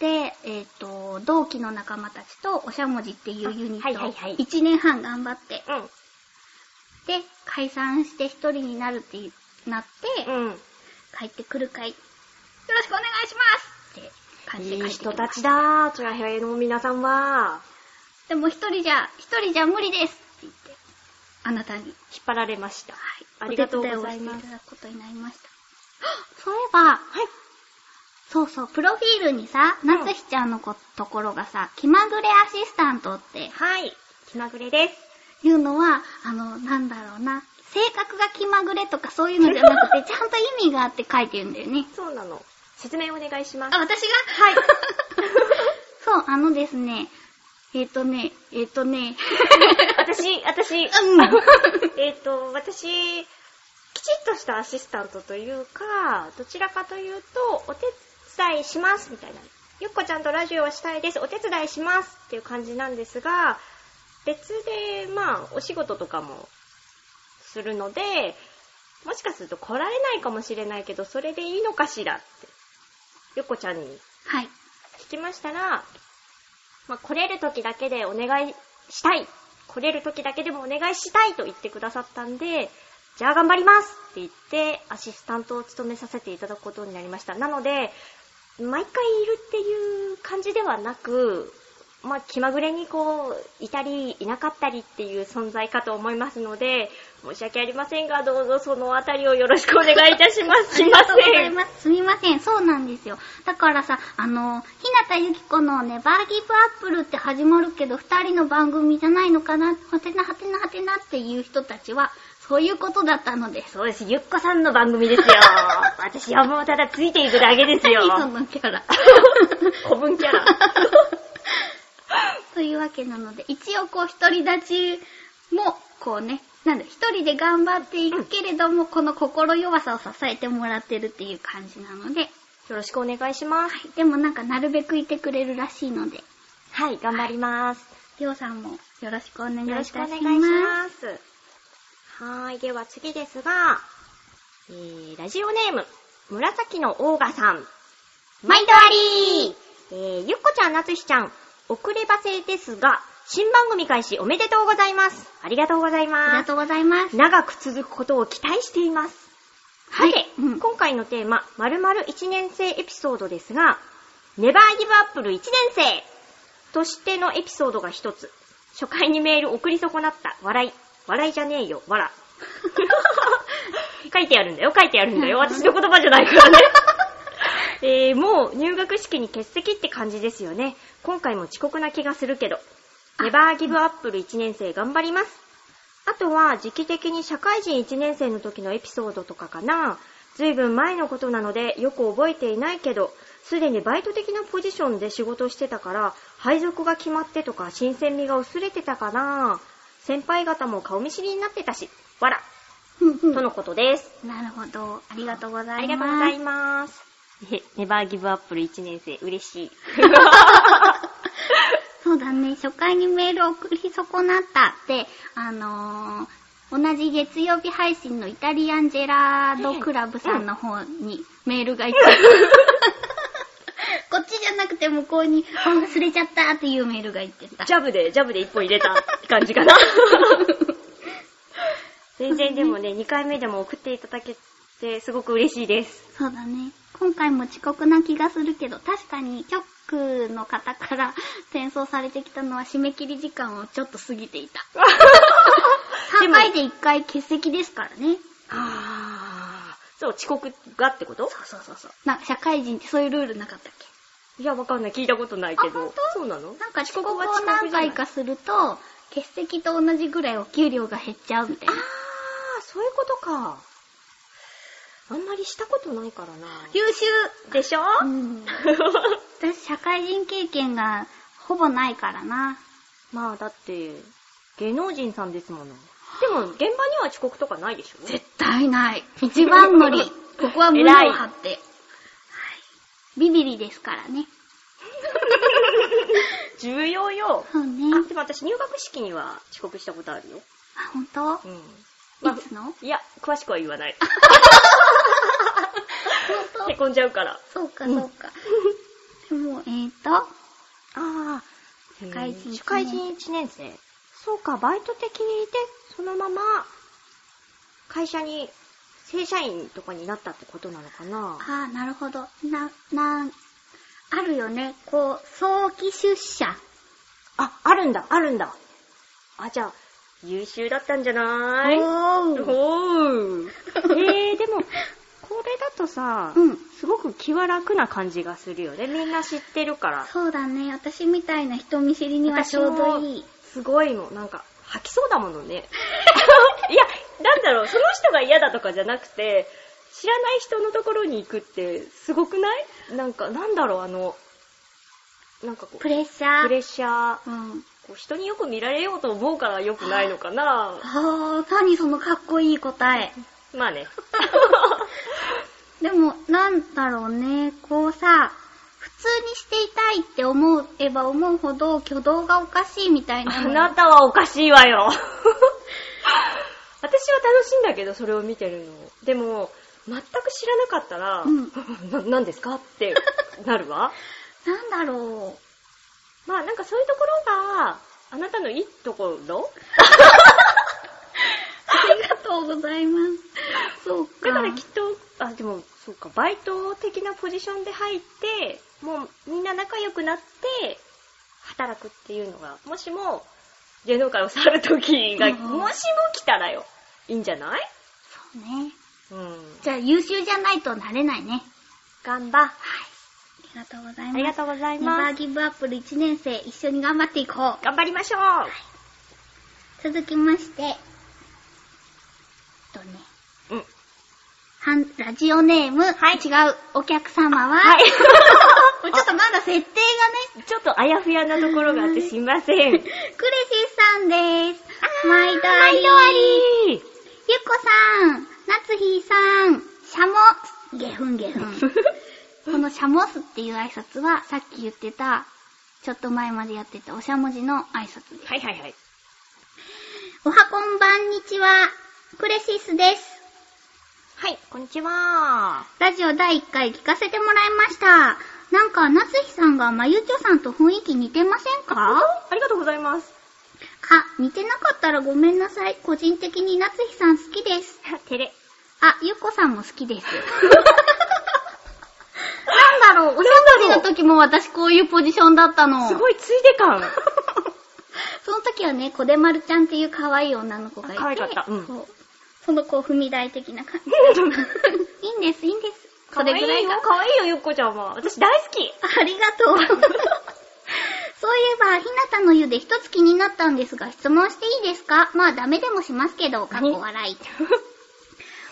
A: で、えっ、と、同期の仲間たちとおしゃもじっていうユニッ
B: はい
A: ト
B: は
A: を
B: いはい
A: 1年半頑張って、
B: う
A: で、解散して一人になるってなって、
B: ん。うん。
A: 帰ってくるかい。よろしくお願いしますって感じで
B: いい
A: 帰ってき
B: 人
A: ました
B: ちだー、チョアヘアの皆さんは。
A: でも一人じゃ、一人じゃ無理ですって言って、あなたに、
B: 引っ張られました。
A: はい、
B: ありがとうござい
A: お手伝を
B: ま
A: して
B: す
A: いただくことになりました。 [GASPS] そういえば、
B: はい。
A: そうそう、プロフィールにさ、
B: ん
A: なつひちゃんのこところがさ、気まぐれアシスタントって
B: はい。気まぐれです。
A: いうのは、あの、なんだろうな、性格が気まぐれとかそういうのじゃなく
B: [LAUGHS]
A: て、ちゃんと意味があって書いてるんだよね。
B: そうなの。説明お願いします。
A: あ、。私がはい [LAUGHS] そう、あのですね、えっ、とね、えっ、とね、
B: 私、私、
A: うん。
B: [LAUGHS] えっと、私、きちっとしたアシスタントというか、どちらかというと、お手伝いしますみたいな。ゆっこちゃんとラジオをしたいです、お手伝いしますっていう感じなんですが、別で、まあ、お仕事とかもするので、もしかすると来られないかもしれないけど、それでいいのかしらって、ゆっこちゃんに
A: はい。
B: 聞きましたら、まあ、来れる時だけでお願いしたい来れる時だけでもお願いしたいと言ってくださったんで、じゃあ頑張りますって言って、アシスタントを務めさせていただくことになりました。なので、毎回いるっていう感じではなく、まあ、気まぐれにこう、いたり、いなかったりっていう存在かと思いますので、申し訳ありませんが、どうぞそのあたりをよろしくお願いいたします。
A: ありがとうござい
B: すいま
A: ます。すみません。そうなんですよ。だからさ、あの、ひなたゆきこのネバーギブアップルって始まるけど、二人の番組じゃないのかな、はてなはてなはてなっていう人たちは、そういうことだったのです。
B: そうです。ゆっこさんの番組です [LAUGHS] よ。私はもうただついていくだ
A: [LAUGHS]
B: けですよ。
A: 何そのキャラ。
B: 古文キャ [LAUGHS] ラ。
A: というわけなので、一応こう、独り立ちも、こうね、なんだ、一人で頑張っていくけれども、この心弱さを支えてもらってるっていう感じなので、
B: よろしくお願いします。
A: でもなんかなるべくいてくれるらしいので、
B: はい、頑張ります。
A: りょうさんもよろしくお願いい
B: よ
A: た
B: ろ
A: し
B: しくお
A: ます。
B: 願いします。はーい、では次ですが、えー、ラジオネーム、紫のオーガさん。
A: 毎度あり
B: えー、ゆっこちゃん、なつひちゃん、遅ればせですが、新番組開始おめでとうございます。ありがとうござい
A: ありが
B: ます。
A: とうございます。
B: 長く続くことを期待しています。
A: は
B: さて
A: い。うん
B: 今回のテーマ、〇〇1年生エピソードですが、ネバーギブアップル1年生としてのエピソードが一つ。初回にメール送り損なった。笑い。笑いじゃねえよ。
A: [LAUGHS]
B: 笑。書いてあるんだよ。書いてあるんだよ。
A: なるほ
B: 私
A: ど
B: の言葉じゃないか
A: [LAUGHS]
B: らね。 [LAUGHS] えー、もう入学式に欠席って感じですよね。今回も遅刻な気がするけど。ネバーギブアップル1年生頑張ります。あとは、時期的に社会人1年生の時のエピソードとかかな。ずいぶん前のことなので、よく覚えていないけど、すでにバイト的なポジションで仕事してたから、配属が決まってとか、新鮮味が薄れてたかな。先輩方も顔見知りになってたし、わら、
A: うんうん
B: とのことです。
A: なるほど。ありがとうござ
B: あ
A: います。
B: りがとうございます。ネバーギブアップル1年生、嬉しい。
A: そうだね、初回にメールを送り損なったって、あのー、同じ月曜日配信のイタリアンジェラードクラブさんの方にメールがいて、こっちじゃなくて向こうに、あ忘れちゃったっていうメールがいってた。
B: [LAUGHS] ジャブで、ジャブで1本入れたって感じかな。 [LAUGHS] 全然でもね、2回目でも送っていただけて、すごく嬉しい [LAUGHS] です。
A: そうだね。今回も遅刻な気がするけど、確かにチョックの方から転送されてきたのは締め切り時間をちょっと過ぎていた。
B: で
A: 3
B: も
A: 回で1回欠席ですからね。
B: あー。そう、遅刻がってこと
A: そうそうそう。なんか社会人ってそういうルールなかったっけ
B: いや、わかんない。聞いたことないけ
A: あ
B: ど。
A: 本
B: そうなの
A: なんか遅刻を
B: は遅刻
A: 何
B: じゃない
A: 回かすると、欠席と同じぐらいお給料が減っちゃうみたい
B: あ
A: な
B: ー。、そういうことか。ああんまりしたことないからな。
A: 優秀
B: でしょ、
A: うん。私、社会人経験がほぼないからな。
B: まあだって、芸能人さんですもの。でも現場には遅刻とかないでしょ
A: 絶対ない。一番乗り。ここは胸を張って。はい。ビビリですからね。
B: 重要よ。
A: そうね。
B: あ、でも私入学式には遅刻したことあるよ。
A: あ、ほんと
B: うん。まあ
A: いつのほん
B: いや、詳しくは言わない。 [LAUGHS]
A: と
B: へこんじゃうから。
A: そうか、そうか。でも、えーと、
B: ああ、
A: 社会人
B: 社会人1年生。そうか、バイト的にいて、そのまま、会社に、正社員とかになったってことなのかな
A: あー、なるほど。な、な、あるよね。こう、早期出社。
B: あ、あるんだ、あるんだ。あ、じゃあ、優秀だったんじゃない
A: おー
B: ほう。 [LAUGHS] えー、でも、これだとさ、
A: うん
B: すごく気は楽な感じがするよね。みんな知ってるから。
A: そうだね。私みたいな人見知りにはちょうどいい。
B: すごいもん、なんか、吐きそうだもの [LAUGHS] ね。いや、なんだろう、その人が嫌だとかじゃなくて、知らない人のところに行くって、すごくないなんか、なんだろう、あの、なんかこう、
A: プレッシャー。
B: プレッシャ
A: う
B: ー、
A: ん。
B: こう人によく見られようと思うから良くないのか
A: [LAUGHS]
B: な。
A: あー、何そのかっこいい答え。
B: まあね。
A: でも、なんだろうね、こうさ、普通にしていたいって思えば思うほど挙動がおかしいみたいな
B: あ
A: のよ。
B: なたはおかしいわよ。私は楽しいんだけど、それを見てるの。でも、全く知らなかったら、 [LAUGHS] な、なんですかってなるわ。
A: なんだろう。
B: まあなんかそういうところが、あなたのいいところ
A: ありがとうござい
B: [LAUGHS]
A: ます。そうか。
B: だからきっと、あ、でも、そうか、バイト的なポジションで入って、もうみんな仲良くなって、働くっていうのが、もしも、芸能界を去るときが、
A: うんうん
B: もしも来たらよ、いいんじゃない
A: そうね。
B: うん。
A: じゃあ優秀じゃないとなれないね。
B: 頑張。
A: ありがとうございます。
B: ありがとうござい
A: ネバ
B: ま
A: ー
B: す。
A: ギブアップル1年生一緒に頑張っていこう。
B: 頑張りましょう。
A: 続きまして、えっとね、
B: うん。
A: はんラジオネーム、はい、違うお客様は、
B: はい。
A: [LAUGHS] これちょっとまだ設定がね、
B: ちょっとあやふやなところがあってすいません。
A: クレシスさんです。毎度あり。
B: 毎度あり。
A: ゆっこさん、なつひーさん、シャモス、ゲフンゲフ
B: [LAUGHS]
A: ン。このシャモスっていう挨拶は、さっき言ってた、ちょっと前までやってたおしゃもじの挨拶です。
B: はいはいはい。
A: おはこんばんにちは、クレシスです。
B: はい、こんにちは。
A: ラジオ第1回聞かせてもらいました。なんか、夏日さんがまゆちょさんと雰囲気似てませんかあ、
B: ありがとうございます。
A: 似てなかったらごめんなさい。個人的に夏日さん好きです。
B: [LAUGHS] 照れ。
A: あ、ゆっこさんも好き [LAUGHS] です。なんだろう、おしゃべりの時も私こういうポジションだったの。
B: すごいついで [LAUGHS] 感。
A: その時はね、こでまるちゃんっていう可愛い女の子がいて、
B: 可愛かったうん
A: そうその子を踏み台的な感じ。いいんです、いいんです。それぐらいが
B: かわいいよ、ゆっこちゃんは。私大好き。
A: ありがとう。そういえば、ひなたの湯で一つ気になったんですが、質問していいですかまあ、ダメでもしますけど、かっこ笑い。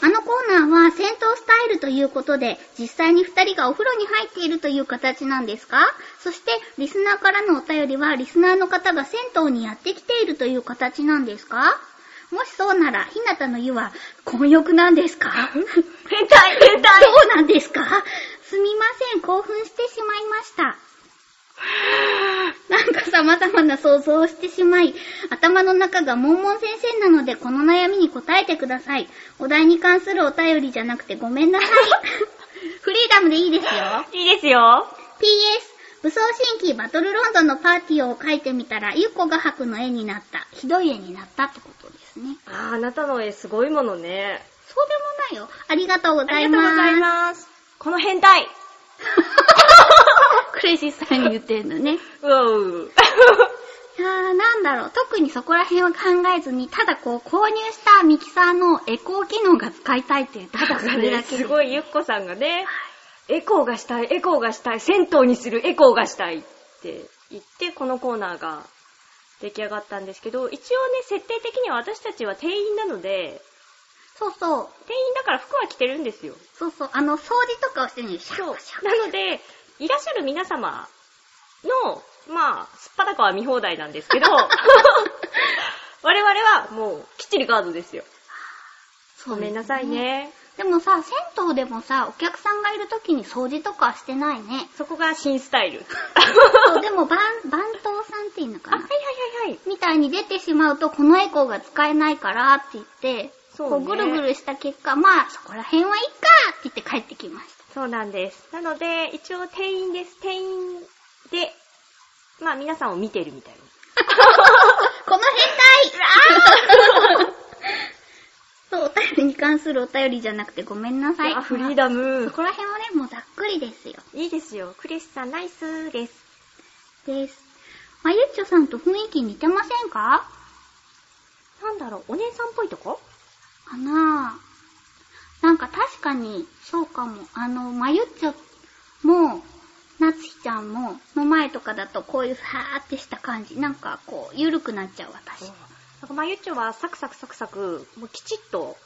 A: あのコーナーは戦闘スタイルということで、実際に二人がお風呂に入っているという形なんですかそして、リスナーからのお便りは、リスナーの方が銭湯にやってきているという形なんですかもしそうなら、ひなたの湯は、混浴なんですか
B: 変態、変
A: [LAUGHS]
B: 態。
A: そうなんですかすみません、興奮してしまいました。なんか様々な想像をしてしまい、頭の中がもんもん先生なので、この悩みに答えてください。お題に関するお便りじゃなくてごめ [LAUGHS] んなさい。フリーダムでいいですよ。
B: いいですよ。
A: PS、武装新規バトルロンドンのパーティーを描いてみたら、ゆっこが白の絵になった。ひどい絵になったってことですね。
B: あー、あなたの絵すごいものね。
A: そうでもないよ。ありがとうご
B: あ
A: ざい
B: りがとうござい
A: ます。
B: ます。この変態。
A: クレイジーさんに言ってんのね。
B: うわう。
A: いやーなんだろう、特にそこら辺は考えずに、ただこう、購入したミキサーのエコー機能が使いたいっていう、ただそれだけ
B: す
A: で。
B: ごいゆっこさんがね、エコーがしたい、エコーがしたい、銭湯にするエコーがしたいって言って、このコーナーが出来上がったんですけど、一応ね、設定的には私たちは店員なので、
A: そうそう。
B: 店員だから服は着てるんですよ。
A: そうそう。あの、掃除とかをしてるのに、シャ
B: そう
A: ッシャ。
B: なので、いらっしゃる皆様の、まあ、すっぱだかは見放題なんで
A: [LAUGHS]
B: すけど、我々はもうきっちりガードですよ。
A: ッ。
B: ごめんなさい
A: そうですね。
B: ね。
A: でもさ、銭湯でもさ、お客さんがいる時に掃除とかはしてないね。
B: そこが新スタ
A: [LAUGHS]
B: イル。 [LAUGHS]
A: そう、でも、番、番頭さんっていうの
B: あ、
A: か
B: はい
A: な。
B: はいはいはい。
A: みたいに出てしまうと、このエコーが使えないからって言って、
B: そう
A: こ
B: ね
A: うぐるぐるした結果、まあ、そこら辺はいっかって言って帰ってきました。
B: そうなんです。なので、一応店員です。店員で、まあ皆さんを見てるみたいな。
A: この [LAUGHS] 変態そう、お便りに関するお便りじゃなくてごめんなさい。
B: あ、フリー
A: だ。
B: ダム
A: そ。こら辺はね、もうざっくりですよ。
B: いいですよ。クリスさんナイスです。
A: です。まゆっちょさんと雰囲気似てませんか
B: なんだろう、お姉さんっぽいとこ
A: かなぁ。なんか確かに、そうかも。あの、まゆっちょも、なつひちゃんも、の前とかだとこういうさーってした感じ。なんかこう、ゆるくなっちゃう私。
B: なんかまゆっちょはサクサクサクサク、もうきちっと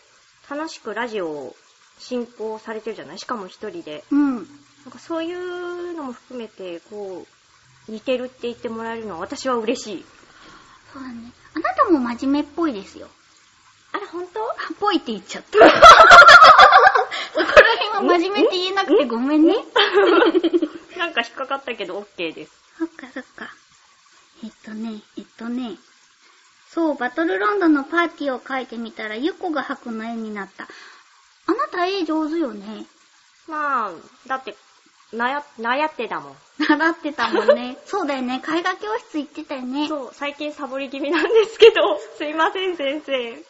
B: 楽しくラジオを進行されてるじゃないしかも一人で。
A: うん。
B: なんかそういうのも含めて、こう、似てるって言ってもらえるのは私は嬉しい。
A: そうだね。あなたも真面目っぽいですよ。
B: あら、本当
A: あっぽいって言っちゃった。そこら辺は真面目って言えなくてごめんね。
B: [LAUGHS] なんか引っかかったけど OK です。
A: そっかそっか。えっとね、えっとね。そう、バトルロンドンのパーティーを描いてみたら、ゆこが白の絵になった。あなた絵上手よね。
B: まあ、だって、なや、なやってだもん。
A: 習ってたもん [LAUGHS] ね。そうだよね。絵画教室行ってたよね。
B: そう、最近サボり気味なんですけど、 [LAUGHS] すいません先生。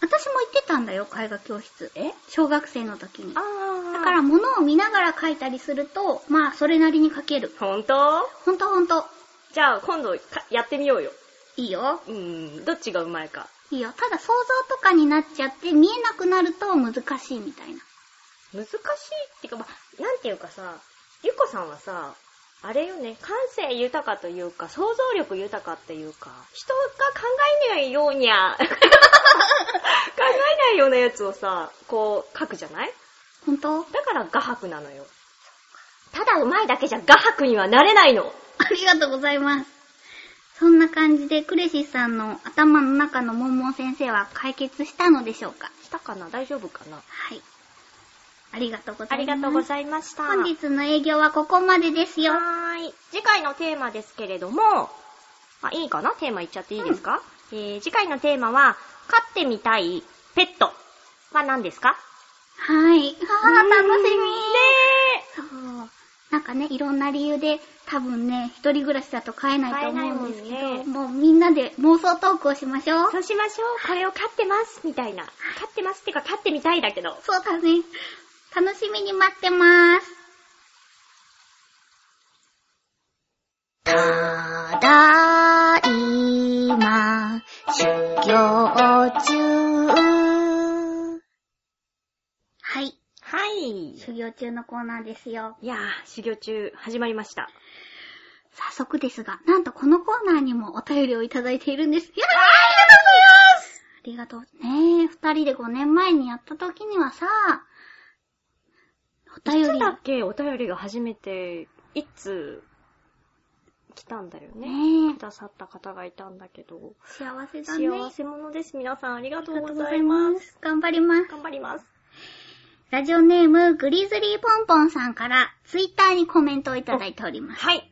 A: 私も行ってたんだよ、絵画教室。え小学生の時に。だ
B: あだ
A: か
B: からら、
A: 物を見ながら描いたりすると、まあ、それなりに描ける。
B: 本当
A: ほんとほんと。
B: じゃあ今度かやってみようよ。
A: いいよ。
B: うーん、どっちがうまいか。
A: いいよ。ただ想像とかになっちゃって見えなくなると難しいみたいな。
B: 難しいってか、まあ、なんていうかさ、ゆこさんはさ、あれよね、感性豊かというか、想像力豊かっていうか、人が考えないようにゃ、 [LAUGHS] 考えないようなやつをさ、こう書くじゃない
A: ほん [LAUGHS] と
B: だから画伯なのよ。ただうまいだけじゃ画伯にはなれないの。
A: ありがとうございます。そんな感じでクレシスさんの頭の中のモンモン先生は解決したのでしょうか
B: したかな大丈夫かな
A: はい。ありがとうござ
B: あ
A: います。
B: りがとうございました。
A: 本日の営業はここまでですよ。
B: はーい。次回のテーマですけれども、あ、いいかなテーマ言っちゃっていいですか、えー、次回のテーマは、飼ってみたいペットは何ですか
A: はい。あー、楽しみ
B: み
A: そう。なんかね、いろんな理由で、多分ね、一人暮らしだと飼えないと思うんですけど、
B: 飼えないもんね
A: もうみんなで妄想トークをしましょう
B: ね。そうしましょう。これを飼ってます、みたいな。飼ってますってか、飼ってみたいだけど。
A: そうだね。楽しみに待ってまーす。ただいま、修行中。はい。
B: はい。
A: 修行中のコーナーですよ。
B: いやー、修行中、始まりました。
A: 早速ですが、なんとこのコーナーにもお便りをいただいているんです。やありがとうございますありがとう。ねえ、二人で5年前にやった時にはさ、お
B: い
A: 便
B: つ
A: り。
B: だっけお便りが初めて、いつ、来たんだよね。
A: ねえ
B: く、ださった方がいたんだけど。
A: 幸せだね。
B: 幸せ者です。皆さんありがと
A: あ
B: う
A: りがと
B: ご
A: うご
B: ざ
A: ざ
B: い
A: い
B: ま。
A: ますす。頑張ります。
B: 頑張ります。
A: ラジオネーム、グリズリーポンポンさんから、ツイッターにコメントをいただいております。
B: はい。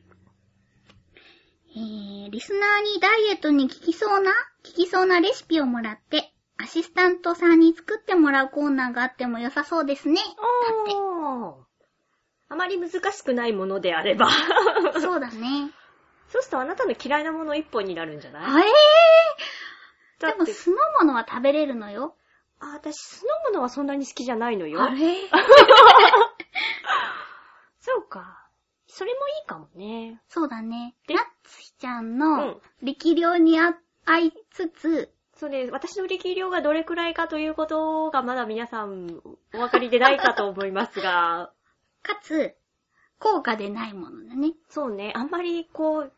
A: えー、リスナーにダイエットに効きそうな、効きそうなレシピをもらって、アシスタントさんに作ってもらうコーナーがあっても良さそうですね。
B: おー。あまり難しくないものであれば。
A: そうだね。
B: そうするとあなたの嫌いなもの一本になるんじゃない
A: あえー、
B: だ
A: で
B: っ
A: も
B: て、
A: 酢の物は食べれるのよ。
B: あ、私、酢の物はそんなに好きじゃないのよ。
A: れ
B: そうか。それもいいかもね。
A: そうだね。
B: で
A: なつひちゃん
B: う
A: の
B: ん
A: 力量にあ合いつつ、
B: それ、私の力量がどれくらいかということがまだ皆さんお分かりでないかと思いますが、
A: かつ、効果でないものだね。
B: [LAUGHS] そうね、あんまりこう、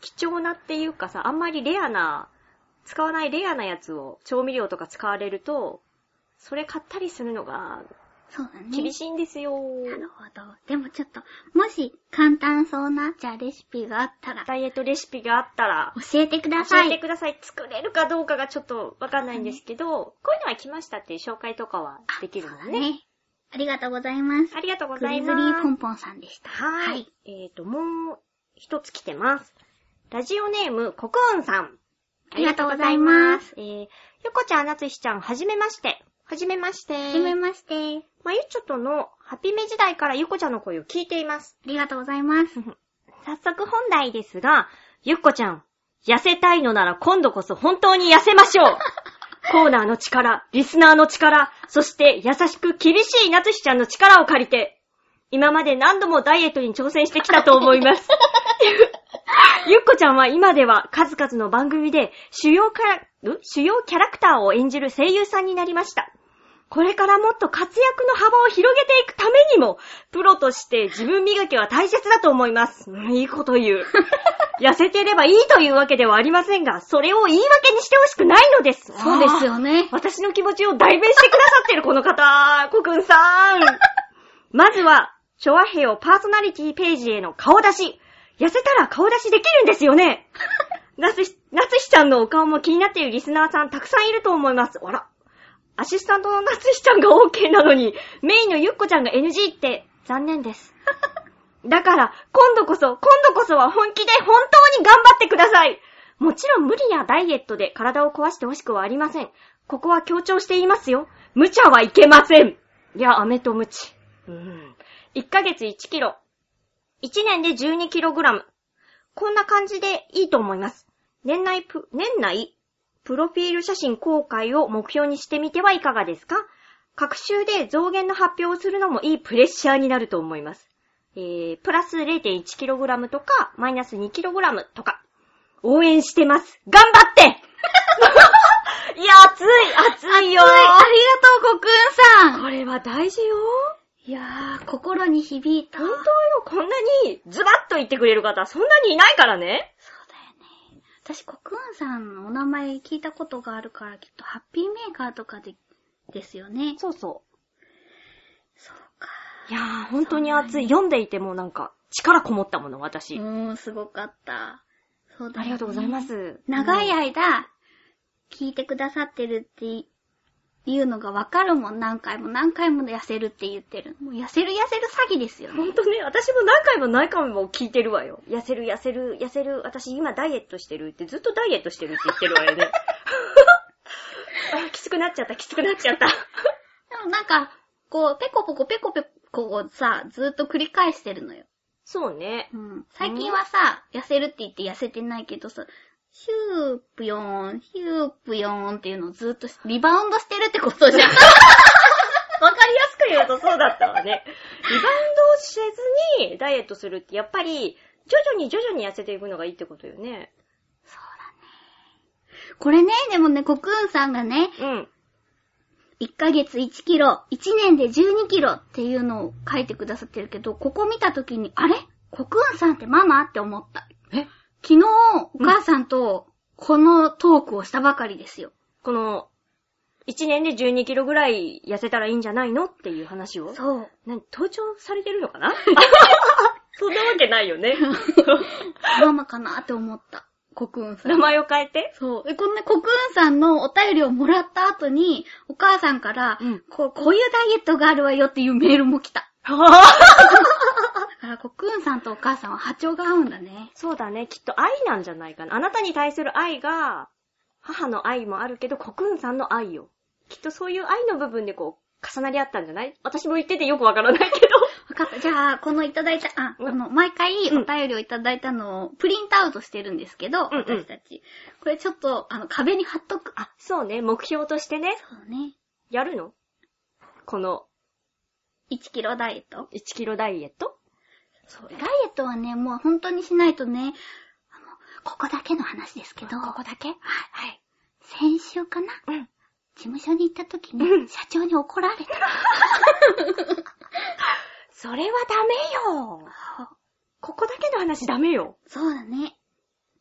B: 貴重なっていうかさ、あんまりレアな、使わないレアなやつを、調味料とか使われると、それ買ったりするのが
A: そうだね。
B: 厳しいんですよ。
A: なるほど。でもちょっと、もし簡単そうな、じゃあレシピがあったら、
B: ダイエットレシピがあったら、
A: 教えてくだ
B: 教
A: さ
B: えて
A: い。
B: ください。作れるかどうかがちょっとわかんないんですけど、こういうのは来ましたっていう紹介とかはできるの
A: そうだ
B: ね。
A: ね。ありがとうございます。
B: ありがとうご
A: グ
B: ざい
A: リ
B: ま
A: ズ
B: す。
A: リーポンポンさんでした。
B: はーい。えっ、と、もう一つ来てます。ラジオネーム、コクーンさん。。
A: ありがとうございます
B: えー、ゆこちゃん、なつひちゃん、はじめまして。はじめまして。
A: はじめまして。
B: まゆちょとのハピメ時代からゆこちゃんの声を聞いています。
A: ありがとうございます。
B: 早速本題ですが、ゆっこちゃん、痩せたいのなら今度こそ本当に痩せましょうコーナーの力、リスナーの力、そして優しく厳しいなつひちゃんの力を借りて、今まで何度もダイエットに挑戦してきたと思
A: [LAUGHS]
B: います。ゆっこちゃんは今では数々の番組で主要キャラ、ん主要キャラクターを演じる声優さんになりました。これからもっと活躍の幅を広げていくためにも、プロとして自分磨きは大切だと思います。うんいいこと言
A: [LAUGHS]
B: う。痩せてればいいというわけではありませんが、それを言い訳にしてほしくないのです。
A: そうですよね。
B: 私の気持ちを代弁してくださってるこの方、コくんさん。まずは、チョアヘオパーソナリティページへの顔出し。痩せたら顔出しできるんですよね。なつひ、なつひちゃんのお顔も気になっているリスナーさんたくさんいると思います。あら。アシスタントのなつひちゃんが OK なのに、メインのゆっこちゃんが NG って残念です。だから、今度こそ、今度こそは本気で本当に頑張ってくださいもちろん無理やダイエットで体を壊してほしくはありません。ここは強調していますよ。無茶はいけませんいや、飴と無知。うん。1ヶ月1キロ。1年で12キログラム。こんな感じでいいと思います。年内プ、年内、プロフィール写真公開を目標にしてみてはいかがですか各週で増減の発表をするのもいいプレッシャーになると思います。えー、プラス 0.1kg とか、マイナス 2kg とか。応援してます。頑張っていや、暑い、暑いよ
A: はい、ありがとう、ごくんさん。
B: これは大事よ。
A: いやー、心に響いた。
B: 本当よ、こんなにズバッと言ってくれる方、そんなにいないからね。
A: そうだよね。私、コクーンさんのお名前聞いたことがあるから、きっとハッピーメーカーとかで、ですよね。
B: そうそ
A: そうか。
B: う。いやー、本当に熱い。読んでいてもなんか、力こもったもの、
A: う
B: 私。
A: ーん、すごかった。そうだ、
B: あ
A: ね、
B: りがとうございま。す。
A: 長い
B: うん
A: 間、聞いてくださってるっていうのがわかるもん。何回も何回も痩せるって言ってる。もう痩せる痩せる詐欺ですよね
B: 本。当ね、私も何回も何回も聞いてるわよ。痩せる、痩せる、痩せる、私今ダイエットしてるって、ずっとダイエットしてるって言ってるわよ [LAUGHS] ね。あ、きつくなっちゃった、きつくなっちゃった。
A: でもなんか、こう、ペコペコペコペコをさ、ずっと繰り返してるのよ。
B: そうね。
A: うん。最近はさ、痩せるって言って痩せてないけどさ、ヒュープヨーン、ヒュープヨーンっていうのをずっとリバウンドしてるってこと
B: [LAUGHS]
A: じゃん。 [LAUGHS]
B: わかりやすく言うとそうだったわね。リバウンドをせずにダイエットするって、やっぱり、徐々に徐々に痩せていくのがいいってことよね。
A: これね、でもね、コクーンさんがね、
B: うん。
A: 1ヶ月1キロ、1年で12キロっていうのを書いてくださってるけど、ここ見たときに、あれコクーンさんってママって思った。
B: え
A: 昨日、お母さんとこのトークをしたばかりですよ。
B: この、1年で12キロぐらい痩せたらいいんじゃないのっていう話を。
A: そう。
B: 何、盗聴されてる
A: [LAUGHS]
B: のかなそんなわけないよね。
A: ママかなって思った。コクーンさん。
B: 名前を変え
A: [LAUGHS]
B: て。 [LAUGHS]
A: そう。え、こんなコクーンさんのお便りをもらった後に、お母さんから、
B: うん
A: こう、こういうダイエットがあるわよっていうメールも来た。だから、コクーンさんとお母さんは波長が合うんだね。
B: そうだね。きっと愛なんじゃないかな。あなたに対する愛が、母の愛もあるけど、コクンさんの愛よ。きっとそういう愛の部分でこう、重なり合ったんじゃない私も言っててよくわからないけど。
A: わかった。じゃあ、このいただいた、あ、
B: うん
A: この、毎回
B: うん
A: お便りをいただいたのをプリントアウトしてるんですけど、
B: うんうん
A: 私たち。これちょっと、あの、壁に貼っとく。あ、
B: [LAUGHS] そうね、目標としてね、
A: そうね。
B: やるのこの
A: 1キロダイエット
B: 1キロダイエット
A: そう。ダイエットはね、もう本当にしないとね、あの、ここだけの話ですけど。ここだけはい。はい。先週かな
B: うん。
A: 事務所に行った時に
B: うん、
A: 社長に怒られ
B: [LAUGHS]
A: た。
B: それはダメよここだけの話ダメよ
A: そうだね。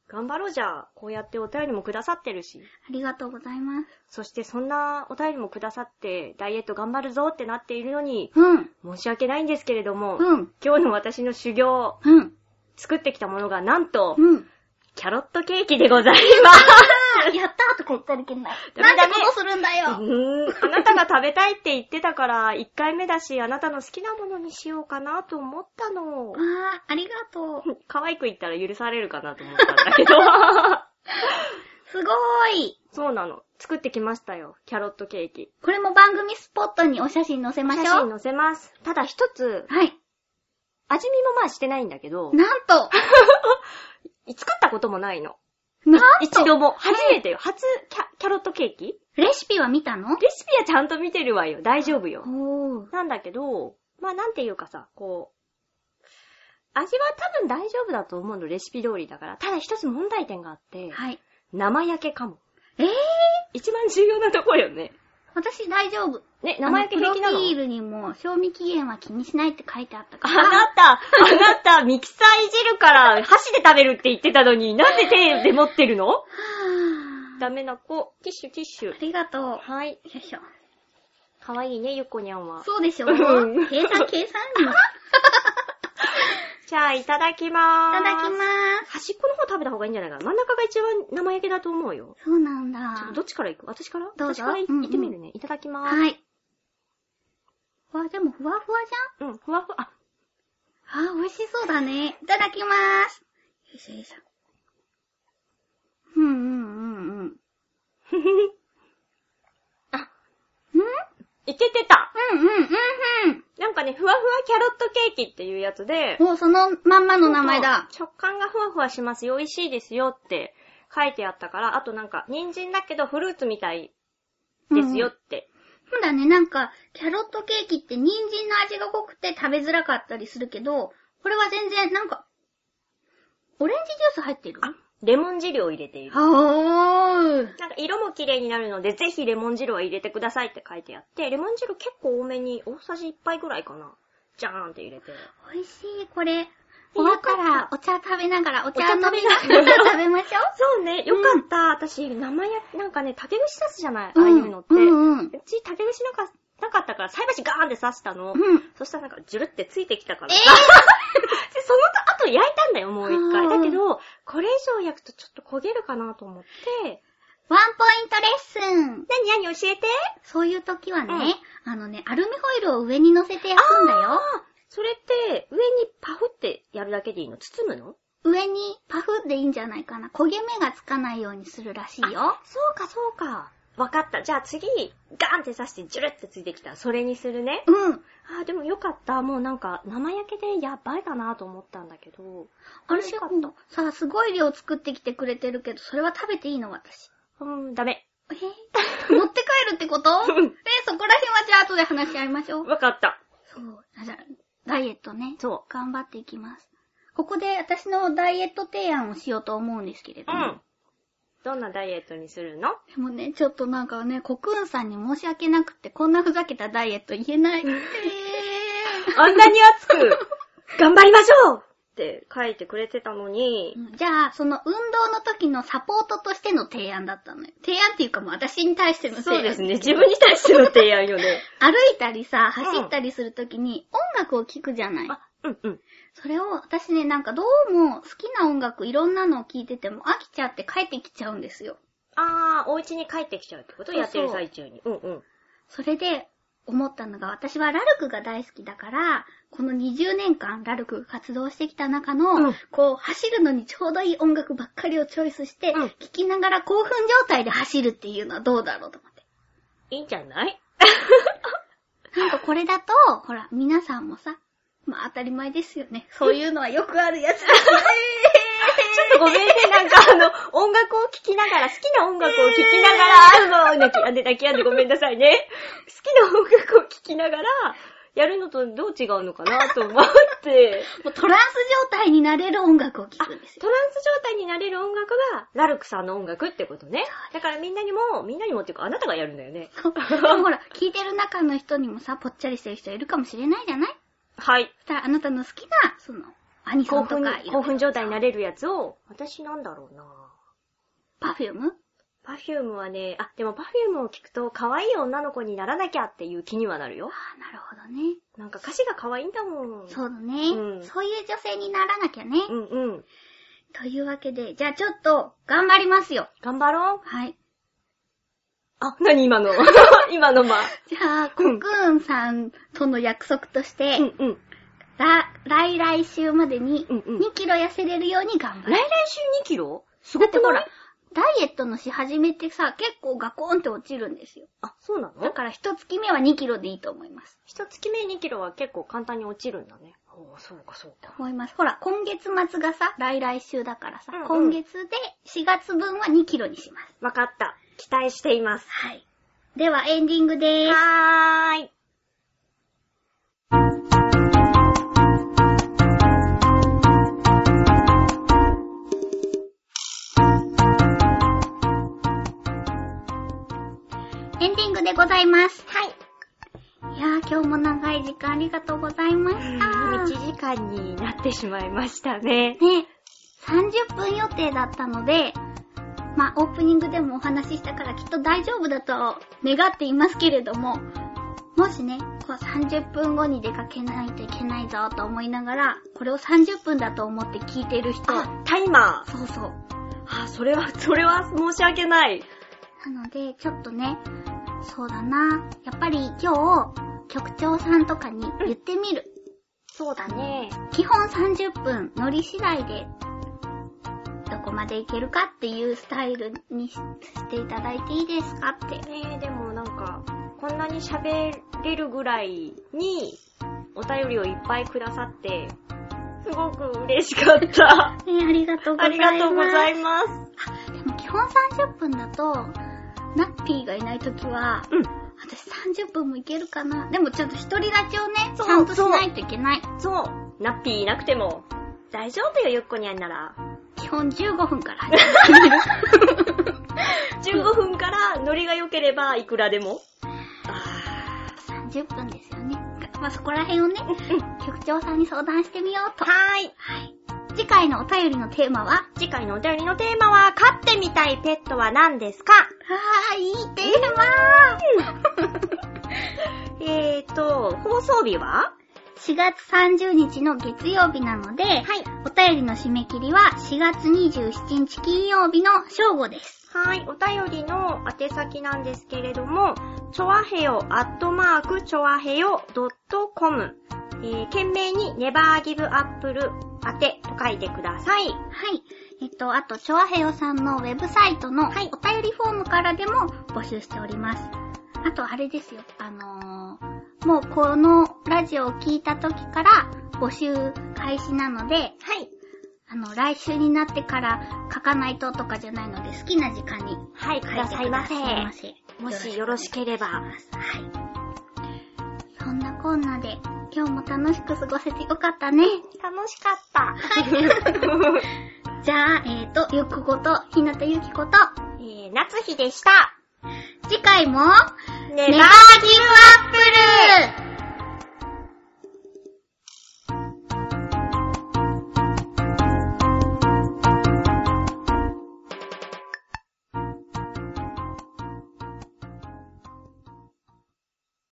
B: 頑張ろうじゃあ。こうやってお便りもくださってるし。
A: ありがとうございます。
B: そしてそんなお便りもくださって、ダイエット頑張るぞってなっているのに、
A: うん。
B: 申し訳ないんですけれども、
A: うん。
B: 今日の私の修行、
A: うん。
B: 作ってきたものがなんと、
A: うん。
B: キャロットケーキでございます。
A: あやったーとか言ったらいけない。
B: ダメ
A: な
B: ダメ
A: んてことするんだよ。
B: うーんあなたが食べたいって言ってたから、1回目だし、あなたの好きなものにしようかなと思ったの
A: わ。ー、ありがとう。
B: 可愛く言ったら許されるかなと思ったんだけど。
A: すごーい。
B: [LAUGHS] そうなの。作ってきましたよ。キャロットケーキ。
A: これも番組スポットにお写真載せましょ
B: 写
A: う。
B: 真載せます。ただ一つ、
A: はい。
B: 味見もまあしてないんだけど、
A: なんと、
B: 作ったこともないの。
A: なんと、
B: 一度も。初めてよ。初キャキャロットケーキレ
A: レシピは見たの
B: シピはちゃんと見てるわよ。大丈夫よ。
A: おー。
B: なんだけど、まあなんていうかさ、こう、味は多分大丈夫だと思うの、レシピ通りだから。ただ一つ問題点があって、
A: はい。
B: 生焼けかも。
A: えー、
B: 一番重要なところよね。
A: 私大丈夫。
B: ね、生焼け平気な
A: あ
B: の
A: プロフィールにも、賞味期限は気にしないって書いてあった
B: あ
A: から。
B: なた、あなた、ミキサーいじるから箸で食べるって言ってたのに、なんで手で持ってるの
A: は
B: ダメな子。ティッシュ、ティッシュ
A: ぁあ。りがとう。よ
B: はい。
A: いしょ。
B: かわいいね、ゆっこにゃんは。
A: そうでしょ
B: うん
A: 計算計算
B: じゃあ、いただきま
A: い
B: ー [LAUGHS]
A: た
B: す。
A: だきまーす。
B: 端っこの方食べた方がいいんじゃないかな。真ん中が一番生焼けだと思うよ。
A: そうなん
B: ちょっと
A: だ
B: ど。っちから行く私から
A: どうぞ
B: 私からい
A: うんうん
B: 行ってみるね。いただきまーす。
A: はい。わ、でもふわふわじ
B: うん、ふわふわ。 [LAUGHS] あ、
A: ゃんあー、美味しそうだね。いただきまーす。よいしょよいしょ。うんうんうんうん。ん
B: ふふふいけてた。
A: うんうんうんうん。
B: なんかね、ふわふわキャロットケーキっていうやつで、
A: もうそのまんまの名前だ。
B: そうそう。食感がふわふわしますよ。美味しいですよって書いてあったから、あとなんか、人参だけどフルーツみたいですよって。
A: そうだね、なんか、キャロットケーキって人参の味が濃くて食べづらかったりするけど、これは全然、なんか、オレンジジュース入ってる
B: レモン汁を入れている。
A: はおー。
B: なんか色も綺麗になるので、ぜひレモン汁は入れてくださいって書いてあって、レモン汁結構多めに大さじ1杯ぐらいかな。じゃーんって入れて。
A: 美味しい、これ。
B: お
A: お
B: わ
A: わ
B: か
A: かららお茶食べながら、お茶
B: 茶
A: 飲
B: 飲み
A: みな
B: なが
A: が
B: ら
A: ら食べましょ
B: そうね、よかった。私、生や、なんかね、竹串刺すじゃない、
A: う。
B: [LAUGHS] ああいうのっ
A: う
B: て。うん
A: うん。
B: ち、竹串なんか、なかったから、菜箸ガーンって刺したの。
A: うん。
B: そしたらなんか、ジュルってついてきたから
A: え
B: さ。でその後、焼いたんだよ、もう一回。
A: うん
B: だけど、これ以上焼くとちょっと焦げるかなと思って。
A: ワンポイントレッスン。
B: なになに教えて
A: そういう時はね、あのね、アルミホイルを上に乗せて焼くんだよ。
B: それって、上にパフってやるだけでいいの包むの
A: 上にパフでいいんじゃないかな。焦げ目がつかないようにするらしいよ。
B: そうか、そうか。わかった。じゃあ次、ガーンって刺して、ジュルってついてきた。それにするね。
A: うん。
B: あーでもよかった。もうなんか、生焼けでやばいかなと思ったんだけど。
A: あれ
B: 美味
A: し
B: しか
A: か
B: っ
A: った。さあ、すごい量作ってきてくれてるけど、それは食べていいの私。
B: た。うん、ダメ。
A: え
B: [LAUGHS]
A: ー持って帰るってことえーそこら辺はじゃあ後で話し合いましょう。
B: わかった。
A: そう。あじゃあ、ダイエットね。
B: そ
A: 頑張っていきます。ここで私のダイエット提案をしようと思うんですけれ
B: う。
A: ど
B: う
A: も。
B: ん。どんなダイエットにするの
A: でもね、ちょっとなんかね、コクーンさんに申し訳なくて、こんなふざけたダイエット言えない。えー
B: [LAUGHS] あんなに熱く、 [LAUGHS] 頑張りましょうって書いてくれてたのに、
A: [LAUGHS] じゃあ、その運動の時のサポートとしての提案だったのよ。提案っていうかもう私に対しての提案。
B: そうですね。自分に対しての提案よね。
A: 歩いたりさ、走ったりするときに音楽を聴くじゃない。
B: [LAUGHS] あ、うんうん。
A: それを私ね、なんかどうも好きな音楽いろんなのを聴いてても飽きちゃって帰ってきちゃうんですよ。
B: あー、お家に帰ってきちゃうってこと
A: そうそう
B: やってる最中に。うんうん。
A: それで思ったのが私はラルクが大好きだから、この20年間ラルクが活動してきた中の、
B: うん
A: こう走るのにちょうどいい音楽ばっかりをチョイスして、
B: うん
A: 聴きながら興奮状態で走るっていうのはどうだろうと思って。
B: いいんじゃない
A: なんかこれだと、ほら、皆さんもさ、まあ当たり前ですよね。そういうのはよくある
B: [LAUGHS]
A: やつですね。
B: ちょっとごめんね、なんかあの、音楽を聴きながら、好きな音楽を聴きながら、 [LAUGHS] もう泣きやんで泣きやんでごめんなさいね。 [LAUGHS] 好きな音楽を聴きながら、やるのとどう違うのかなと思 [LAUGHS] って、
A: もうトランス状態になれる音楽を聴
B: あ、ト
A: く
B: ラ
A: ん
B: ン
A: です
B: ス
A: よ。
B: 状態になれる音楽が、ラルクさんの音楽ってことね。だからみんなにも、みんなにもっていうか、あなたがやるんだよね。
A: そうでもほら、聴いてる中の人にもさ、ぽっちゃりしてる人いるかもしれないじゃない
B: はい。
A: そしたらあなたの好きな、その、アニソ
B: [LAUGHS] 興
A: ンと
B: 奮
A: か、い、ろ
B: 興
A: いろ
B: 奮状態になれるやつを、私なんだろうな
A: パフューム
B: パフュームはね、あ、でもパフュームを聞くと、可愛い女の子にならなきゃっていう気にはなる
A: あ。
B: よ
A: あ、なるほどね。
B: なんか歌詞が可愛いんだもん。
A: そうだね、
B: うん
A: そういう女性にならなきゃね。
B: うんうん。
A: というわけで、じゃあちょっと、頑張りますよ。
B: 頑張ろう。
A: はい。
B: あ、なに今の [LAUGHS] 今のま。
A: じゃあ、コクーンさんとの約束として、
B: うんうん。
A: ら来来週までに
B: うんうん
A: 2キロ痩せれるように頑張
B: 来
A: る。
B: 来週2キロす
A: だ
B: ご
A: って
B: く
A: ほ
B: な
A: ら
B: い、
A: ダイエットのし始めってさ、結構ガコーンって落ちるんですよ。
B: あ、そうな
A: だ
B: の
A: から一月目は2キロでいいと思います。
B: 一月目2キロは結構簡単に落ちるんだね。おー、そうかそうか。
A: 思います。ほら、今月末がさ、来来週だからさ、
B: うんうん
A: 今月で4月分は2キロにします。
B: わかった。期待しています。
A: はい。では、エンディングでーす。
B: はーい。
A: エンディングでございます。
B: はい。
A: いやー、今日も長い時間ありがとうございました。
B: 1時間になってしまいましたね。
A: ね、30分予定だったので、まあ、オープニングでもお話ししたからきっと大丈夫だと願っていますけれども、もしね、こう30分後に出かけないといけないぞと思いながら、これを30分だと思って聞いてる人、
B: あ、タイマー。
A: そうそう。
B: あ、それは、それは申し訳ない。
A: なので、ちょっとね、そうだな、やっぱり今日、局長さんとかに言ってみる。
B: そうだね。
A: 基本30分乗り次第でどこまでいけるかっていうスタイルにししていただいていいですかって。
B: ねえ、でもなんか、こんなに喋れるぐらいに、お便りをいっぱいくださって、すごく嬉しかった。
A: ね、ありがとうござ
B: [LAUGHS] あ
A: い
B: り
A: ます。
B: がとうございます。
A: す。でも基本30分だと、ナッピーがいないときは、
B: うん。
A: 私30分もいけるかな。でもちょっと独り立ちをね、ち
B: そう
A: ゃんとしないといけない。
B: そう。ナッピーいなくても、大丈夫よ、ゆっこにゃんなら。
A: 基本15分から始める。
B: 15分からノリが良ければ、いくらで [LAUGHS] も。
A: 30分ですよね。まあ、そこら辺をね、局長さんに相談してみようと。
B: はーい。
A: はい。次回のお便りのテーマは、
B: 次回のお便りのテーマは、飼ってみたいペットは何ですか
A: あー、いいテーマ
B: えーと、放送日は
A: 4月30日の月曜日なので、
B: はい。
A: お便りの締め切りは4月27日金曜日の正午です。
B: はい、お便りの宛先なんですけれども、ちょわへよ、アットマーク、ちょわへよ、ドットコム。えー、懸命に、ネバーギブアップル宛てと書いてください。
A: はい。えっと、あと、チョアヘヨさんのウェブサイトのお
B: は
A: 便
B: い
A: りフォームからでも募集しております。あと、あれですよ。あのー、もうこのラジオを聞いた時から募集開始なので、
B: はい。
A: あの、来週になってから書かないととかじゃないので、好きな時間に
B: はい、く
A: 書い
B: だ
A: て
B: さ
A: くだ
B: いま
A: さ
B: せ。
A: いませ。
B: もしよろしければ。
A: はい。そんなこんなで、今日も楽しく過ごせてよかったね。
B: 楽しかった。 [LAUGHS]
A: じゃあ、えーと、ゆっここと、ひなたゆきこと、
B: えー、夏日でした。
A: 次回も、
B: ネ
A: ネバーギブアップル